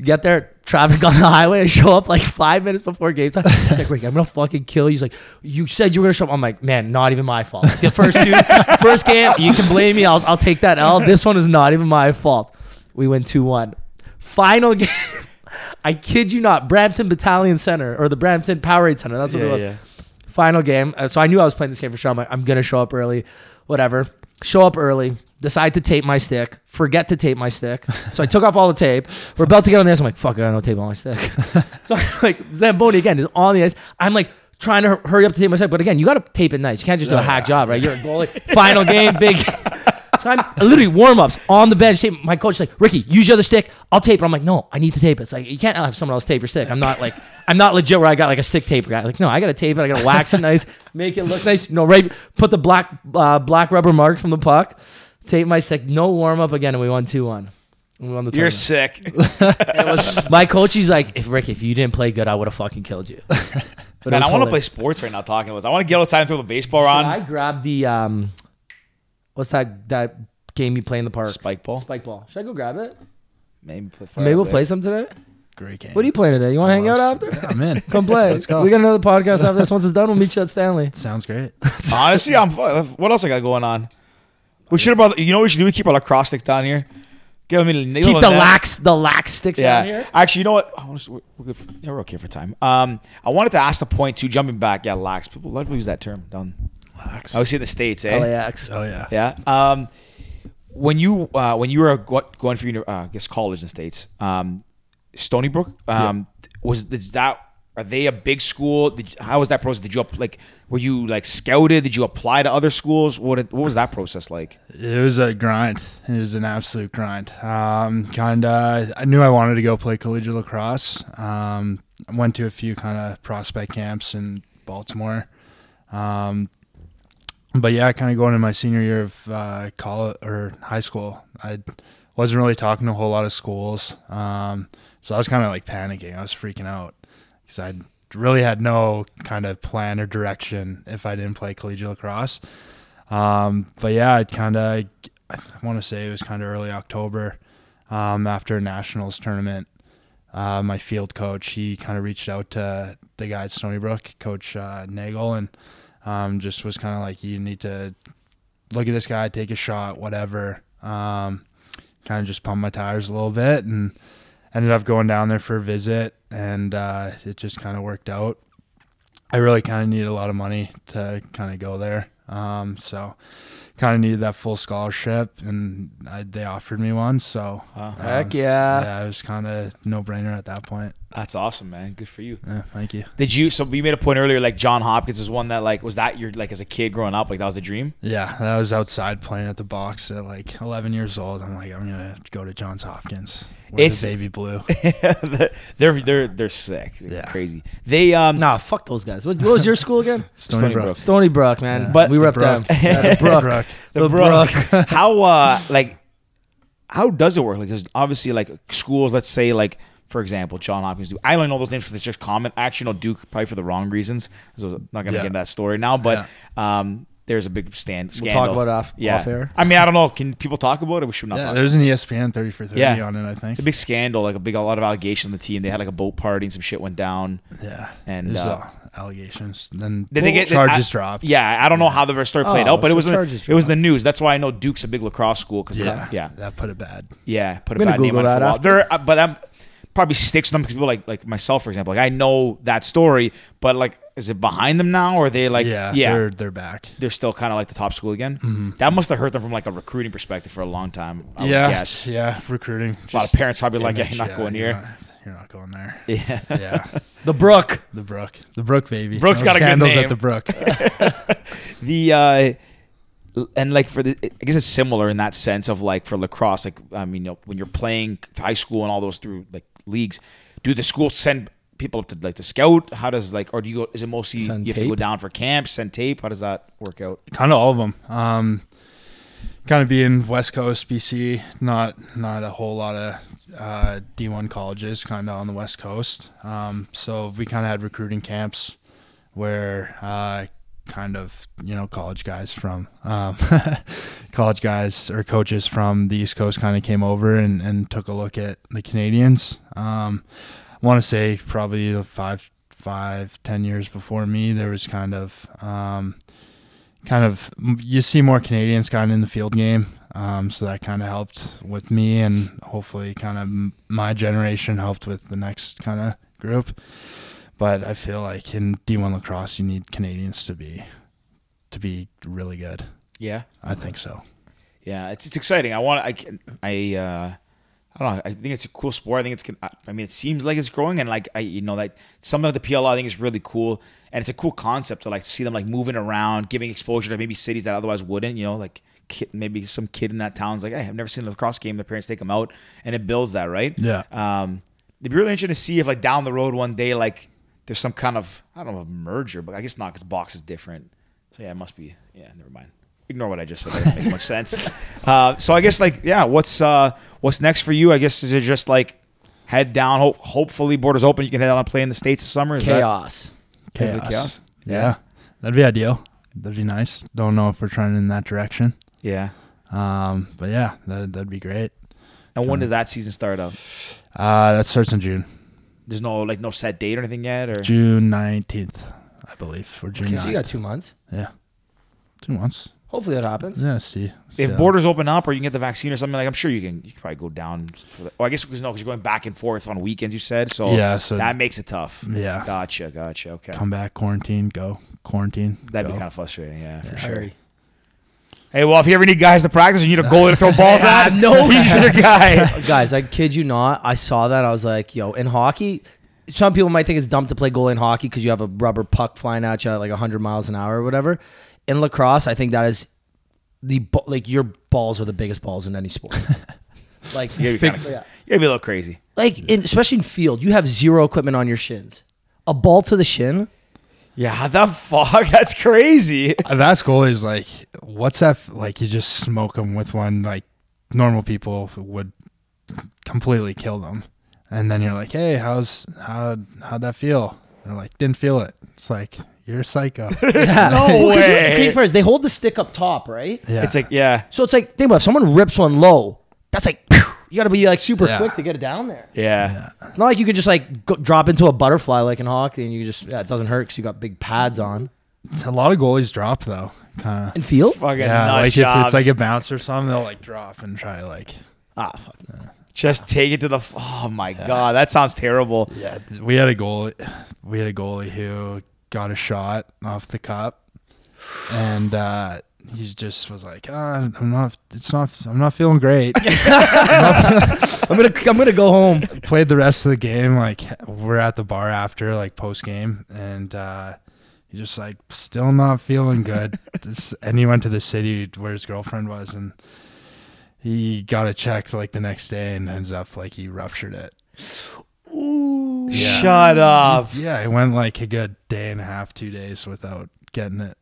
Speaker 2: Get there, traffic on the highway. I show up like five minutes before game time. He's like, Rick, I'm gonna fucking kill you. He's like, you said you were gonna show up. I'm like, man, not even my fault. The first two, first game, you can blame me. I'll, I'll take that L. This one is not even my fault. We win two one. Final game. I kid you not, Brampton Battalion Center or the Brampton Powerade Center. That's what it was. Final game. Uh, so I knew I was playing this game for sure. I'm like, I'm gonna show up early, whatever. Show up early. Decide to tape my stick. Forget to tape my stick. So I took off all the tape. We're about to get on the ice. I'm like, fuck, I got no tape on my stick. so I'm like, Zamboni again is on the ice. I'm like trying to hu- hurry up to tape my stick, but again, you got to tape it nice. You can't just do a hack job, right? You're a goalie. Final game, big. So I'm literally warm ups on the bench. Tape. My coach's like, Ricky, use your other stick. I'll tape it. I'm like, no, I need to tape it. It's like you can't have someone else tape your stick. I'm not like, I'm not legit where I got like a stick taper guy. Like, no, I gotta tape it. I gotta wax it nice, make it look nice. You know, right? Put the black uh, black rubber mark from the puck. Tape my stick. No warm up again, and we won two one. We won the
Speaker 1: You're
Speaker 2: tournament.
Speaker 1: sick.
Speaker 2: It was- my coach. He's like, if Rick, if you didn't play good, I would have fucking killed you. But it
Speaker 1: Man, I
Speaker 2: was
Speaker 1: want to
Speaker 2: hilarious.
Speaker 1: play sports right now. Talking about, this. I want to get outside and throw the baseball
Speaker 2: Yeah, I
Speaker 1: around.
Speaker 2: grabbed the um, what's that that game you play in the park?
Speaker 1: Spike ball.
Speaker 2: Spike ball. Should I go grab it?
Speaker 1: Maybe, put
Speaker 2: Maybe we'll play some today.
Speaker 6: Great game.
Speaker 2: What are you playing today? You want to hang out after?
Speaker 6: Yeah, I'm in.
Speaker 2: Come play.
Speaker 6: Let's go.
Speaker 2: We got another podcast after this. Once it's done, we'll meet you at Stanley.
Speaker 6: Sounds great.
Speaker 1: Honestly, I'm. fu- uh, What else I got going on? We should have brought. You know, what we should do. We keep our lacrosse sticks down here. Give me the
Speaker 2: Keep the lax, the lax sticks
Speaker 1: Yeah.
Speaker 2: down here.
Speaker 1: Actually, you know what? I wanna s- we're, we're, good for, yeah, we're okay for time. Um, I wanted to ask the point too. Jumping back, yeah, lax. People, a lot of people use that term. Down. I was in the states, eh?
Speaker 2: LAX.
Speaker 6: Oh yeah.
Speaker 1: Yeah. Um, when you uh, when you were go- going for uni- uh, I guess college in the states, um, Stony Brook um, was is that are they a big school? Did you, how was that process? Did you up, like were you like scouted? Did you apply to other schools? What did, what was that process like?
Speaker 6: It was a grind. It was an absolute grind. Um, kind of, I knew I wanted to go play collegiate lacrosse. Um, I went to a few kind of prospect camps in Baltimore. Um, but yeah, kind of going into my senior year of uh, college or high school, I wasn't really talking to a whole lot of schools. Um, so I was kind of like panicking. I was freaking out because I really had no kind of plan or direction if I didn't play collegiate lacrosse. Um, but yeah, it kind of, I want to say it was kind of early October um, after a nationals tournament. Uh, my field coach, he kind of reached out to the guy at Stony Brook, Coach uh, Nagel, and um, just was kind of like, you need to look at this guy, take a shot, whatever. Um, kind of just pumped my tires a little bit and ended up going down there for a visit, and uh, it just kind of worked out. I really kind of need a lot of money to kind of go there. Um, so kind of needed that full scholarship, and I, they offered me one. So um,
Speaker 2: Heck yeah.
Speaker 6: yeah, it was kind of no brainer at that point.
Speaker 1: That's awesome, man. Good for you.
Speaker 6: Yeah, thank you.
Speaker 1: Did you? So you made a point earlier, like John Hopkins was one that like was that your like as a kid growing up, like that was a dream.
Speaker 6: Yeah, that was outside playing at the box at like 11 years old. I'm like, I'm gonna go to Johns Hopkins. Where
Speaker 1: It's-
Speaker 6: the baby blue.
Speaker 1: they're they're they're sick. They're
Speaker 6: Yeah.
Speaker 1: crazy. They um
Speaker 2: Nah, fuck those guys. What, what was your school again?
Speaker 1: Stony
Speaker 6: Stony Brook.
Speaker 1: Brook.
Speaker 2: Stony Brook, man.
Speaker 6: Yeah.
Speaker 2: But we
Speaker 6: The
Speaker 2: rep them.
Speaker 6: Brook.
Speaker 2: Yeah, the Brook.
Speaker 6: Brook.
Speaker 1: the Brook. how uh like how does it work? Like, because obviously, like schools, let's say like. For example, John Hopkins Duke. I only know those names because they just common. I actually know Duke probably for the wrong reasons. So I'm not gonna
Speaker 6: Yeah.
Speaker 1: get into that story now. But um, there's a big stand
Speaker 2: We'll
Speaker 1: scandal.
Speaker 2: talk about it off-
Speaker 1: yeah.
Speaker 2: off air.
Speaker 1: I mean, I don't know. Can people talk about it? We should not.
Speaker 6: Yeah,
Speaker 1: talk
Speaker 6: there's an E ESPN 30 for 30
Speaker 1: Yeah.
Speaker 6: on it, I think.
Speaker 1: It's a big scandal, like a big, a lot of allegations on the team. They had like a boat party and some shit went down.
Speaker 6: Yeah,
Speaker 1: And,
Speaker 6: there's
Speaker 1: uh,
Speaker 6: uh, allegations. Then
Speaker 1: Did they get
Speaker 6: charges
Speaker 1: I-
Speaker 6: dropped?
Speaker 1: Yeah, I don't know how the story played
Speaker 2: Oh,
Speaker 1: out, but it
Speaker 2: so
Speaker 1: was in,
Speaker 2: charges
Speaker 1: the- it was
Speaker 2: dropped.
Speaker 1: the news. That's why I know Duke's a big lacrosse school because
Speaker 6: yeah,
Speaker 1: yeah, yeah,
Speaker 6: That put it bad.
Speaker 1: yeah, put a
Speaker 2: I'm gonna
Speaker 1: bad name on
Speaker 2: Google
Speaker 1: it for a
Speaker 2: that
Speaker 1: while.
Speaker 2: after.
Speaker 1: There, uh, but I'm probably sticks to them 'cause people like like myself, for example. Like I know that story, but like, is it behind them now, or are they like
Speaker 6: yeah,
Speaker 1: yeah,
Speaker 6: they're
Speaker 1: They're,
Speaker 6: they're back.
Speaker 1: still kind of like the top school again. That must have hurt them from like a recruiting perspective for a long time. I would
Speaker 6: yeah,
Speaker 1: guess.
Speaker 6: yeah, recruiting.
Speaker 1: Oh A lot of
Speaker 6: just
Speaker 1: parents probably like, yeah,
Speaker 6: image,
Speaker 1: you're not going
Speaker 6: you're
Speaker 1: here.
Speaker 6: not- you're not going there.
Speaker 1: Yeah.
Speaker 6: Yeah,
Speaker 2: The Brook.
Speaker 6: the Brook, the Brook baby.
Speaker 1: Brook's
Speaker 6: No
Speaker 1: got a good
Speaker 6: scandals
Speaker 1: name.
Speaker 6: at the Brook.
Speaker 1: the uh l- and like for the i guess it's similar in that sense of like for lacrosse like i mean you know, when you're playing high school and all those through like leagues do the school send people up to like the scout how does like or do you go is it mostly
Speaker 2: Send
Speaker 1: you have to go
Speaker 2: tape?
Speaker 1: down for camp send tape how does that work out
Speaker 6: kind of all of them. Um, kind of being West Coast BC, not not a whole lot of uh, D1 colleges, kind of on the West Coast. Um, so we kind of had recruiting camps where uh, kind of you know college guys from um, college guys or coaches from the East Coast kind of came over and, and took a look at the Canadians. Um, I want to say probably five five ten years before me, there was kind of um, kind of you see more Canadians kind of in the field game. Um, so that kind of helped with me, and hopefully, kind of m- my generation helped with the next kind of group. But I feel like in D1 lacrosse, you need Canadians to be to be really good.
Speaker 1: yeah
Speaker 6: I think so.
Speaker 1: yeah it's, it's exciting i want i can i uh I don't know. I think it's a cool sport. I think it's. con- I I mean, it seems like it's growing, and like I, you know, like some of the PLL, I think is really cool, and it's a cool concept to like see them like moving around, giving exposure to maybe cities that otherwise wouldn't. You know, like kid, maybe some kid in that town's like, hey, I've never seen a lacrosse game. The parents take them out, and it builds that, right?
Speaker 6: Yeah.
Speaker 1: Um, it'd be really interesting to see if like down the road one day, like there's some kind of I don't know a merger, but I guess not because box is different. So yeah, it must be. Yeah, never mind. Ignore what I just said. That doesn't make much sense. Uh, so I guess like yeah, what's uh, what's next for you? I guess is it just like head down. Hope, hopefully borders open. You can head out and play in the states this summer. Is that-
Speaker 2: Chaos.
Speaker 1: Play for the chaos?
Speaker 6: Yeah. that'd be ideal. That'd be nice. Don't know if we're trying in that direction.
Speaker 1: yeah.
Speaker 6: Um, but yeah, that, that'd be great.
Speaker 1: And when does that season start up?
Speaker 6: Uh, that starts in June,
Speaker 1: There's no like no set date or anything yet, or
Speaker 6: June nineteenth, I believe, or June.
Speaker 2: Okay, so you
Speaker 6: 9th.
Speaker 2: got two months.
Speaker 6: Yeah. Two months.
Speaker 2: Hopefully that happens.
Speaker 6: Yeah, see.
Speaker 1: if
Speaker 6: see, uh,
Speaker 1: borders open up or you can get the vaccine or something like i'm sure you can you can probably go down for the, oh i guess because no because you're going back and forth on weekends you said so
Speaker 6: Yeah, so-
Speaker 1: that makes it tough
Speaker 6: Yeah.
Speaker 1: gotcha gotcha okay
Speaker 6: Come back, quarantine, go. Quarantine.
Speaker 1: that'd be
Speaker 6: go.
Speaker 1: kind of frustrating yeah, for sure
Speaker 2: Sure.
Speaker 1: hey well if you ever need guys to practice and you need a goalie to throw balls at no he's your guy
Speaker 2: Guys, I kid you not. I saw that. I was like, yo, in hockey, some people might think it's dumb to play goalie in hockey because you have a rubber puck flying at you at like 100 miles an hour or whatever. In lacrosse, I think that is the, ba- like, your balls are the biggest balls in any sport. like,
Speaker 1: you gotta, be
Speaker 2: fig-
Speaker 1: kinda-
Speaker 2: yeah.
Speaker 1: you gotta be a little crazy
Speaker 2: like in, especially in field, you have zero equipment on your shins. A ball to the shin.
Speaker 1: yeah how the fuck that's crazy
Speaker 6: I've asked goalies, like, what's that? F- like, you just smoke them with one. Like, normal people would completely kill them. And then you're like, hey, how's, how, how'd that feel? They're like, didn't feel it. It's like, you're a psycho.
Speaker 2: no
Speaker 1: way.
Speaker 2: they hold the stick up top, right?
Speaker 6: Yeah.
Speaker 1: it's like yeah
Speaker 2: So it's like think about it, if someone rips one low, that's like you got to be like super
Speaker 6: Yeah.
Speaker 2: quick to get it down there.
Speaker 1: yeah,
Speaker 2: It's Not like you could just like go, drop into a butterfly like in hockey and you just yeah, it doesn't hurt because you got big pads on.
Speaker 6: It's a lot of goalies drop, though. Kind
Speaker 2: In
Speaker 6: of.
Speaker 2: field,
Speaker 1: fucking
Speaker 6: Yeah,
Speaker 1: nut
Speaker 6: like if
Speaker 1: jobs.
Speaker 6: it's like a bounce or something, they'll like drop and try to like.
Speaker 2: ah, fuck. no.
Speaker 1: just take it to the f- oh my god that sounds terrible
Speaker 6: Yeah, th- we had a goal. We had a goalie who got a shot off the cup, and uh, he just was like, ah, "I'm not. It's not. I'm not feeling great."
Speaker 3: I'm gonna I'm gonna go home.
Speaker 6: Played the rest of the game. Like we're at the bar after, like post game, and uh, he just like still not feeling good. This- and he went to the city where his girlfriend was, and he got it checked like the next day, and ends up like he ruptured it. Yeah.
Speaker 1: Shut up.
Speaker 6: Yeah, it went like a good day and a half, two days without getting it.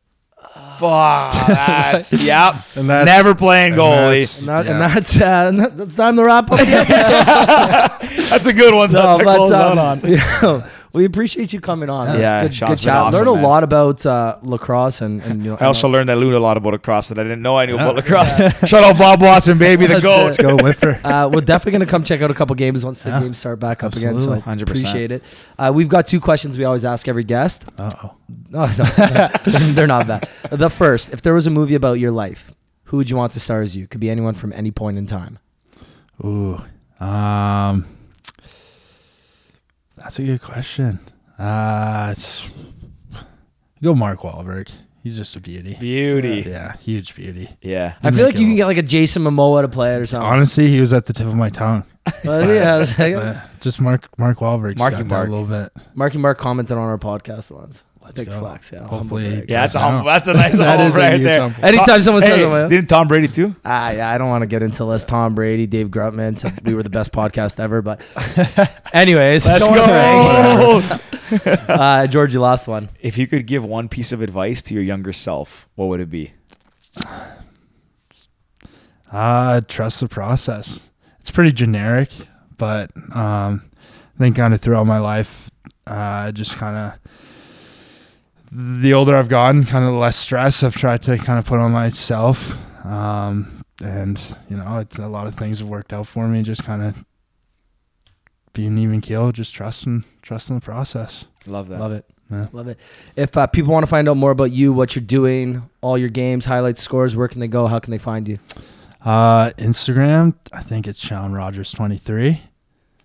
Speaker 1: Fuck. That's, yep.
Speaker 6: And that's-
Speaker 1: Never playing
Speaker 6: and
Speaker 1: goalie.
Speaker 6: that's-
Speaker 1: That's,
Speaker 3: And, that, and
Speaker 6: yeah.
Speaker 3: that's uh, and that- that's time to wrap up the episode.
Speaker 1: a good one.
Speaker 3: No,
Speaker 1: That's a
Speaker 3: but,
Speaker 1: close
Speaker 3: um,
Speaker 1: one on.
Speaker 3: yeah, we appreciate you coming on. That's
Speaker 1: Yeah,
Speaker 3: good,
Speaker 1: Sean's
Speaker 3: good
Speaker 1: been
Speaker 3: chat.
Speaker 1: awesome,
Speaker 2: Learned a
Speaker 1: man.
Speaker 2: lot about uh, lacrosse and, and you know,
Speaker 1: I also learned I learned a lot about lacrosse that I didn't know I knew about lacrosse. Shout out Bob Watson, baby, the
Speaker 2: That's
Speaker 1: goat.
Speaker 6: Let's go Whipper.
Speaker 2: uh, we're definitely going to come check out a couple games once the games start back up again.
Speaker 6: absolutely.
Speaker 2: So
Speaker 1: 100%.
Speaker 2: appreciate it. Uh, we've got two questions we always ask every guest.
Speaker 6: Uh oh.
Speaker 2: Oh, no, they're not bad. The first, if there was a movie about your life, who would you want to star as you? Could be anyone from any point in time.
Speaker 6: Ooh. Um That's a good question. Uh it's, go Mark Wahlberg. He's just a beauty.
Speaker 1: Beauty.
Speaker 6: Yeah, huge beauty.
Speaker 1: Yeah.
Speaker 2: I feel like you
Speaker 6: Kill.
Speaker 2: can get like a Jason Momoa to play it or something.
Speaker 6: Honestly, he was at the tip of my tongue.
Speaker 2: But yeah, I was like-
Speaker 6: But just Mark Mark Wahlberg.
Speaker 1: Marky Mark.
Speaker 6: a little bit.
Speaker 2: Marky Mark commented on our podcast once. Big
Speaker 6: go.
Speaker 2: flex, yeah.
Speaker 6: Hopefully-
Speaker 2: humble brag.
Speaker 1: Yeah, that's a
Speaker 6: Wow.
Speaker 1: humble, that's a nice
Speaker 6: That
Speaker 1: humble
Speaker 6: is a
Speaker 1: right
Speaker 6: huge
Speaker 1: there.
Speaker 6: humble.
Speaker 2: Anytime someone says
Speaker 1: Hey,
Speaker 2: something like that-
Speaker 1: didn't Tom Brady too?
Speaker 2: Ah, yeah, I don't want to get into this. Tom Brady, Dave Grutman. so we were the best podcast ever. But, anyways,
Speaker 1: Let's
Speaker 2: Don't worry.
Speaker 1: go.
Speaker 2: Uh, George, you lost one.
Speaker 1: if you could give one piece of advice to your younger self, what would it be?
Speaker 6: Uh trust the process. It's pretty generic, but um I think kind of throughout my life, uh just kinda the older I've gotten, kind of the less stress I've tried to kind of put on myself. Um and you know, it's a lot of things have worked out for me, just kinda being even keel, just trusting trusting the process.
Speaker 1: Love that.
Speaker 2: Love it.
Speaker 6: Yeah.
Speaker 2: Love it. If uh, people want to find out more about you, what you're doing, all your games, highlights, scores, where can they go? How can they find you?
Speaker 6: Uh Instagram, I think it's Sean Rogers twenty three.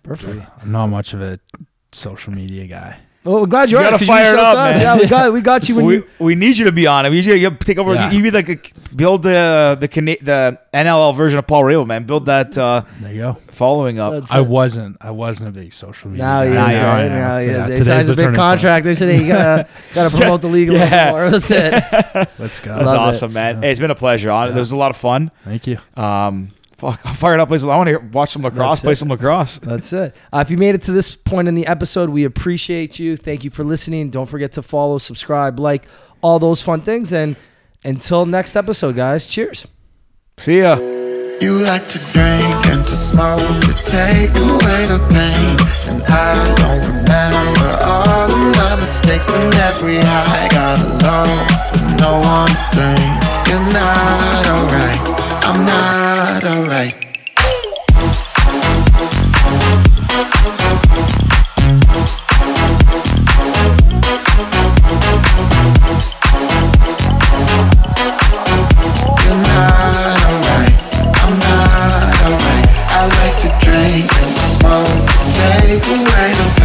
Speaker 2: Perfect.
Speaker 6: I'm not much of a social media guy.
Speaker 2: Well, we're glad you're
Speaker 1: You
Speaker 2: on
Speaker 1: gotta
Speaker 2: it 'cause
Speaker 1: fire
Speaker 2: reached
Speaker 1: it
Speaker 2: out
Speaker 1: up,
Speaker 2: to
Speaker 1: man.
Speaker 2: us. Yeah, we got we got you when
Speaker 1: we,
Speaker 2: you.
Speaker 1: we need you to be on it. We need you to take over.
Speaker 6: Yeah.
Speaker 1: You need like a, build the the Cana- the NLL version of Paul Rabel, man. Build that uh,
Speaker 6: There you go.
Speaker 1: following up.
Speaker 2: That's
Speaker 6: I
Speaker 2: it.
Speaker 6: wasn't. I wasn't a big social media.
Speaker 2: Now he is.
Speaker 1: Nah,
Speaker 6: guy.
Speaker 1: yeah,
Speaker 2: right?
Speaker 1: yeah.
Speaker 2: Now he
Speaker 6: Yeah,
Speaker 2: is. He
Speaker 6: today's
Speaker 2: signs
Speaker 6: the
Speaker 2: a big
Speaker 6: turning
Speaker 2: contract. They said, hey, you gotta gotta promote the league a little
Speaker 1: Yeah.
Speaker 2: bit more. That's it.
Speaker 6: point. Let's go.
Speaker 1: That's
Speaker 2: love it.
Speaker 1: awesome, man.
Speaker 6: Yeah.
Speaker 1: Hey, it's been a pleasure. Hon- It was a lot of fun.
Speaker 6: Thank you.
Speaker 1: Um, fuck, I'm fired up. Play some, I want to watch some lacrosse.
Speaker 2: That's
Speaker 1: Play
Speaker 2: it.
Speaker 1: some lacrosse.
Speaker 2: That's it. Uh, if you made it to this point in the episode, we appreciate you. Thank you for listening. Don't forget to follow, subscribe, like, all those fun things. And until next episode, guys, cheers.
Speaker 1: See ya.
Speaker 7: You like to drink and to smoke to take away the pain. And I don't remember all of my mistakes and every high. Got a low, and no one thing. You're not alright. I'm not alright. You're not alright. I'm not alright. I like to drink and smoke, take away the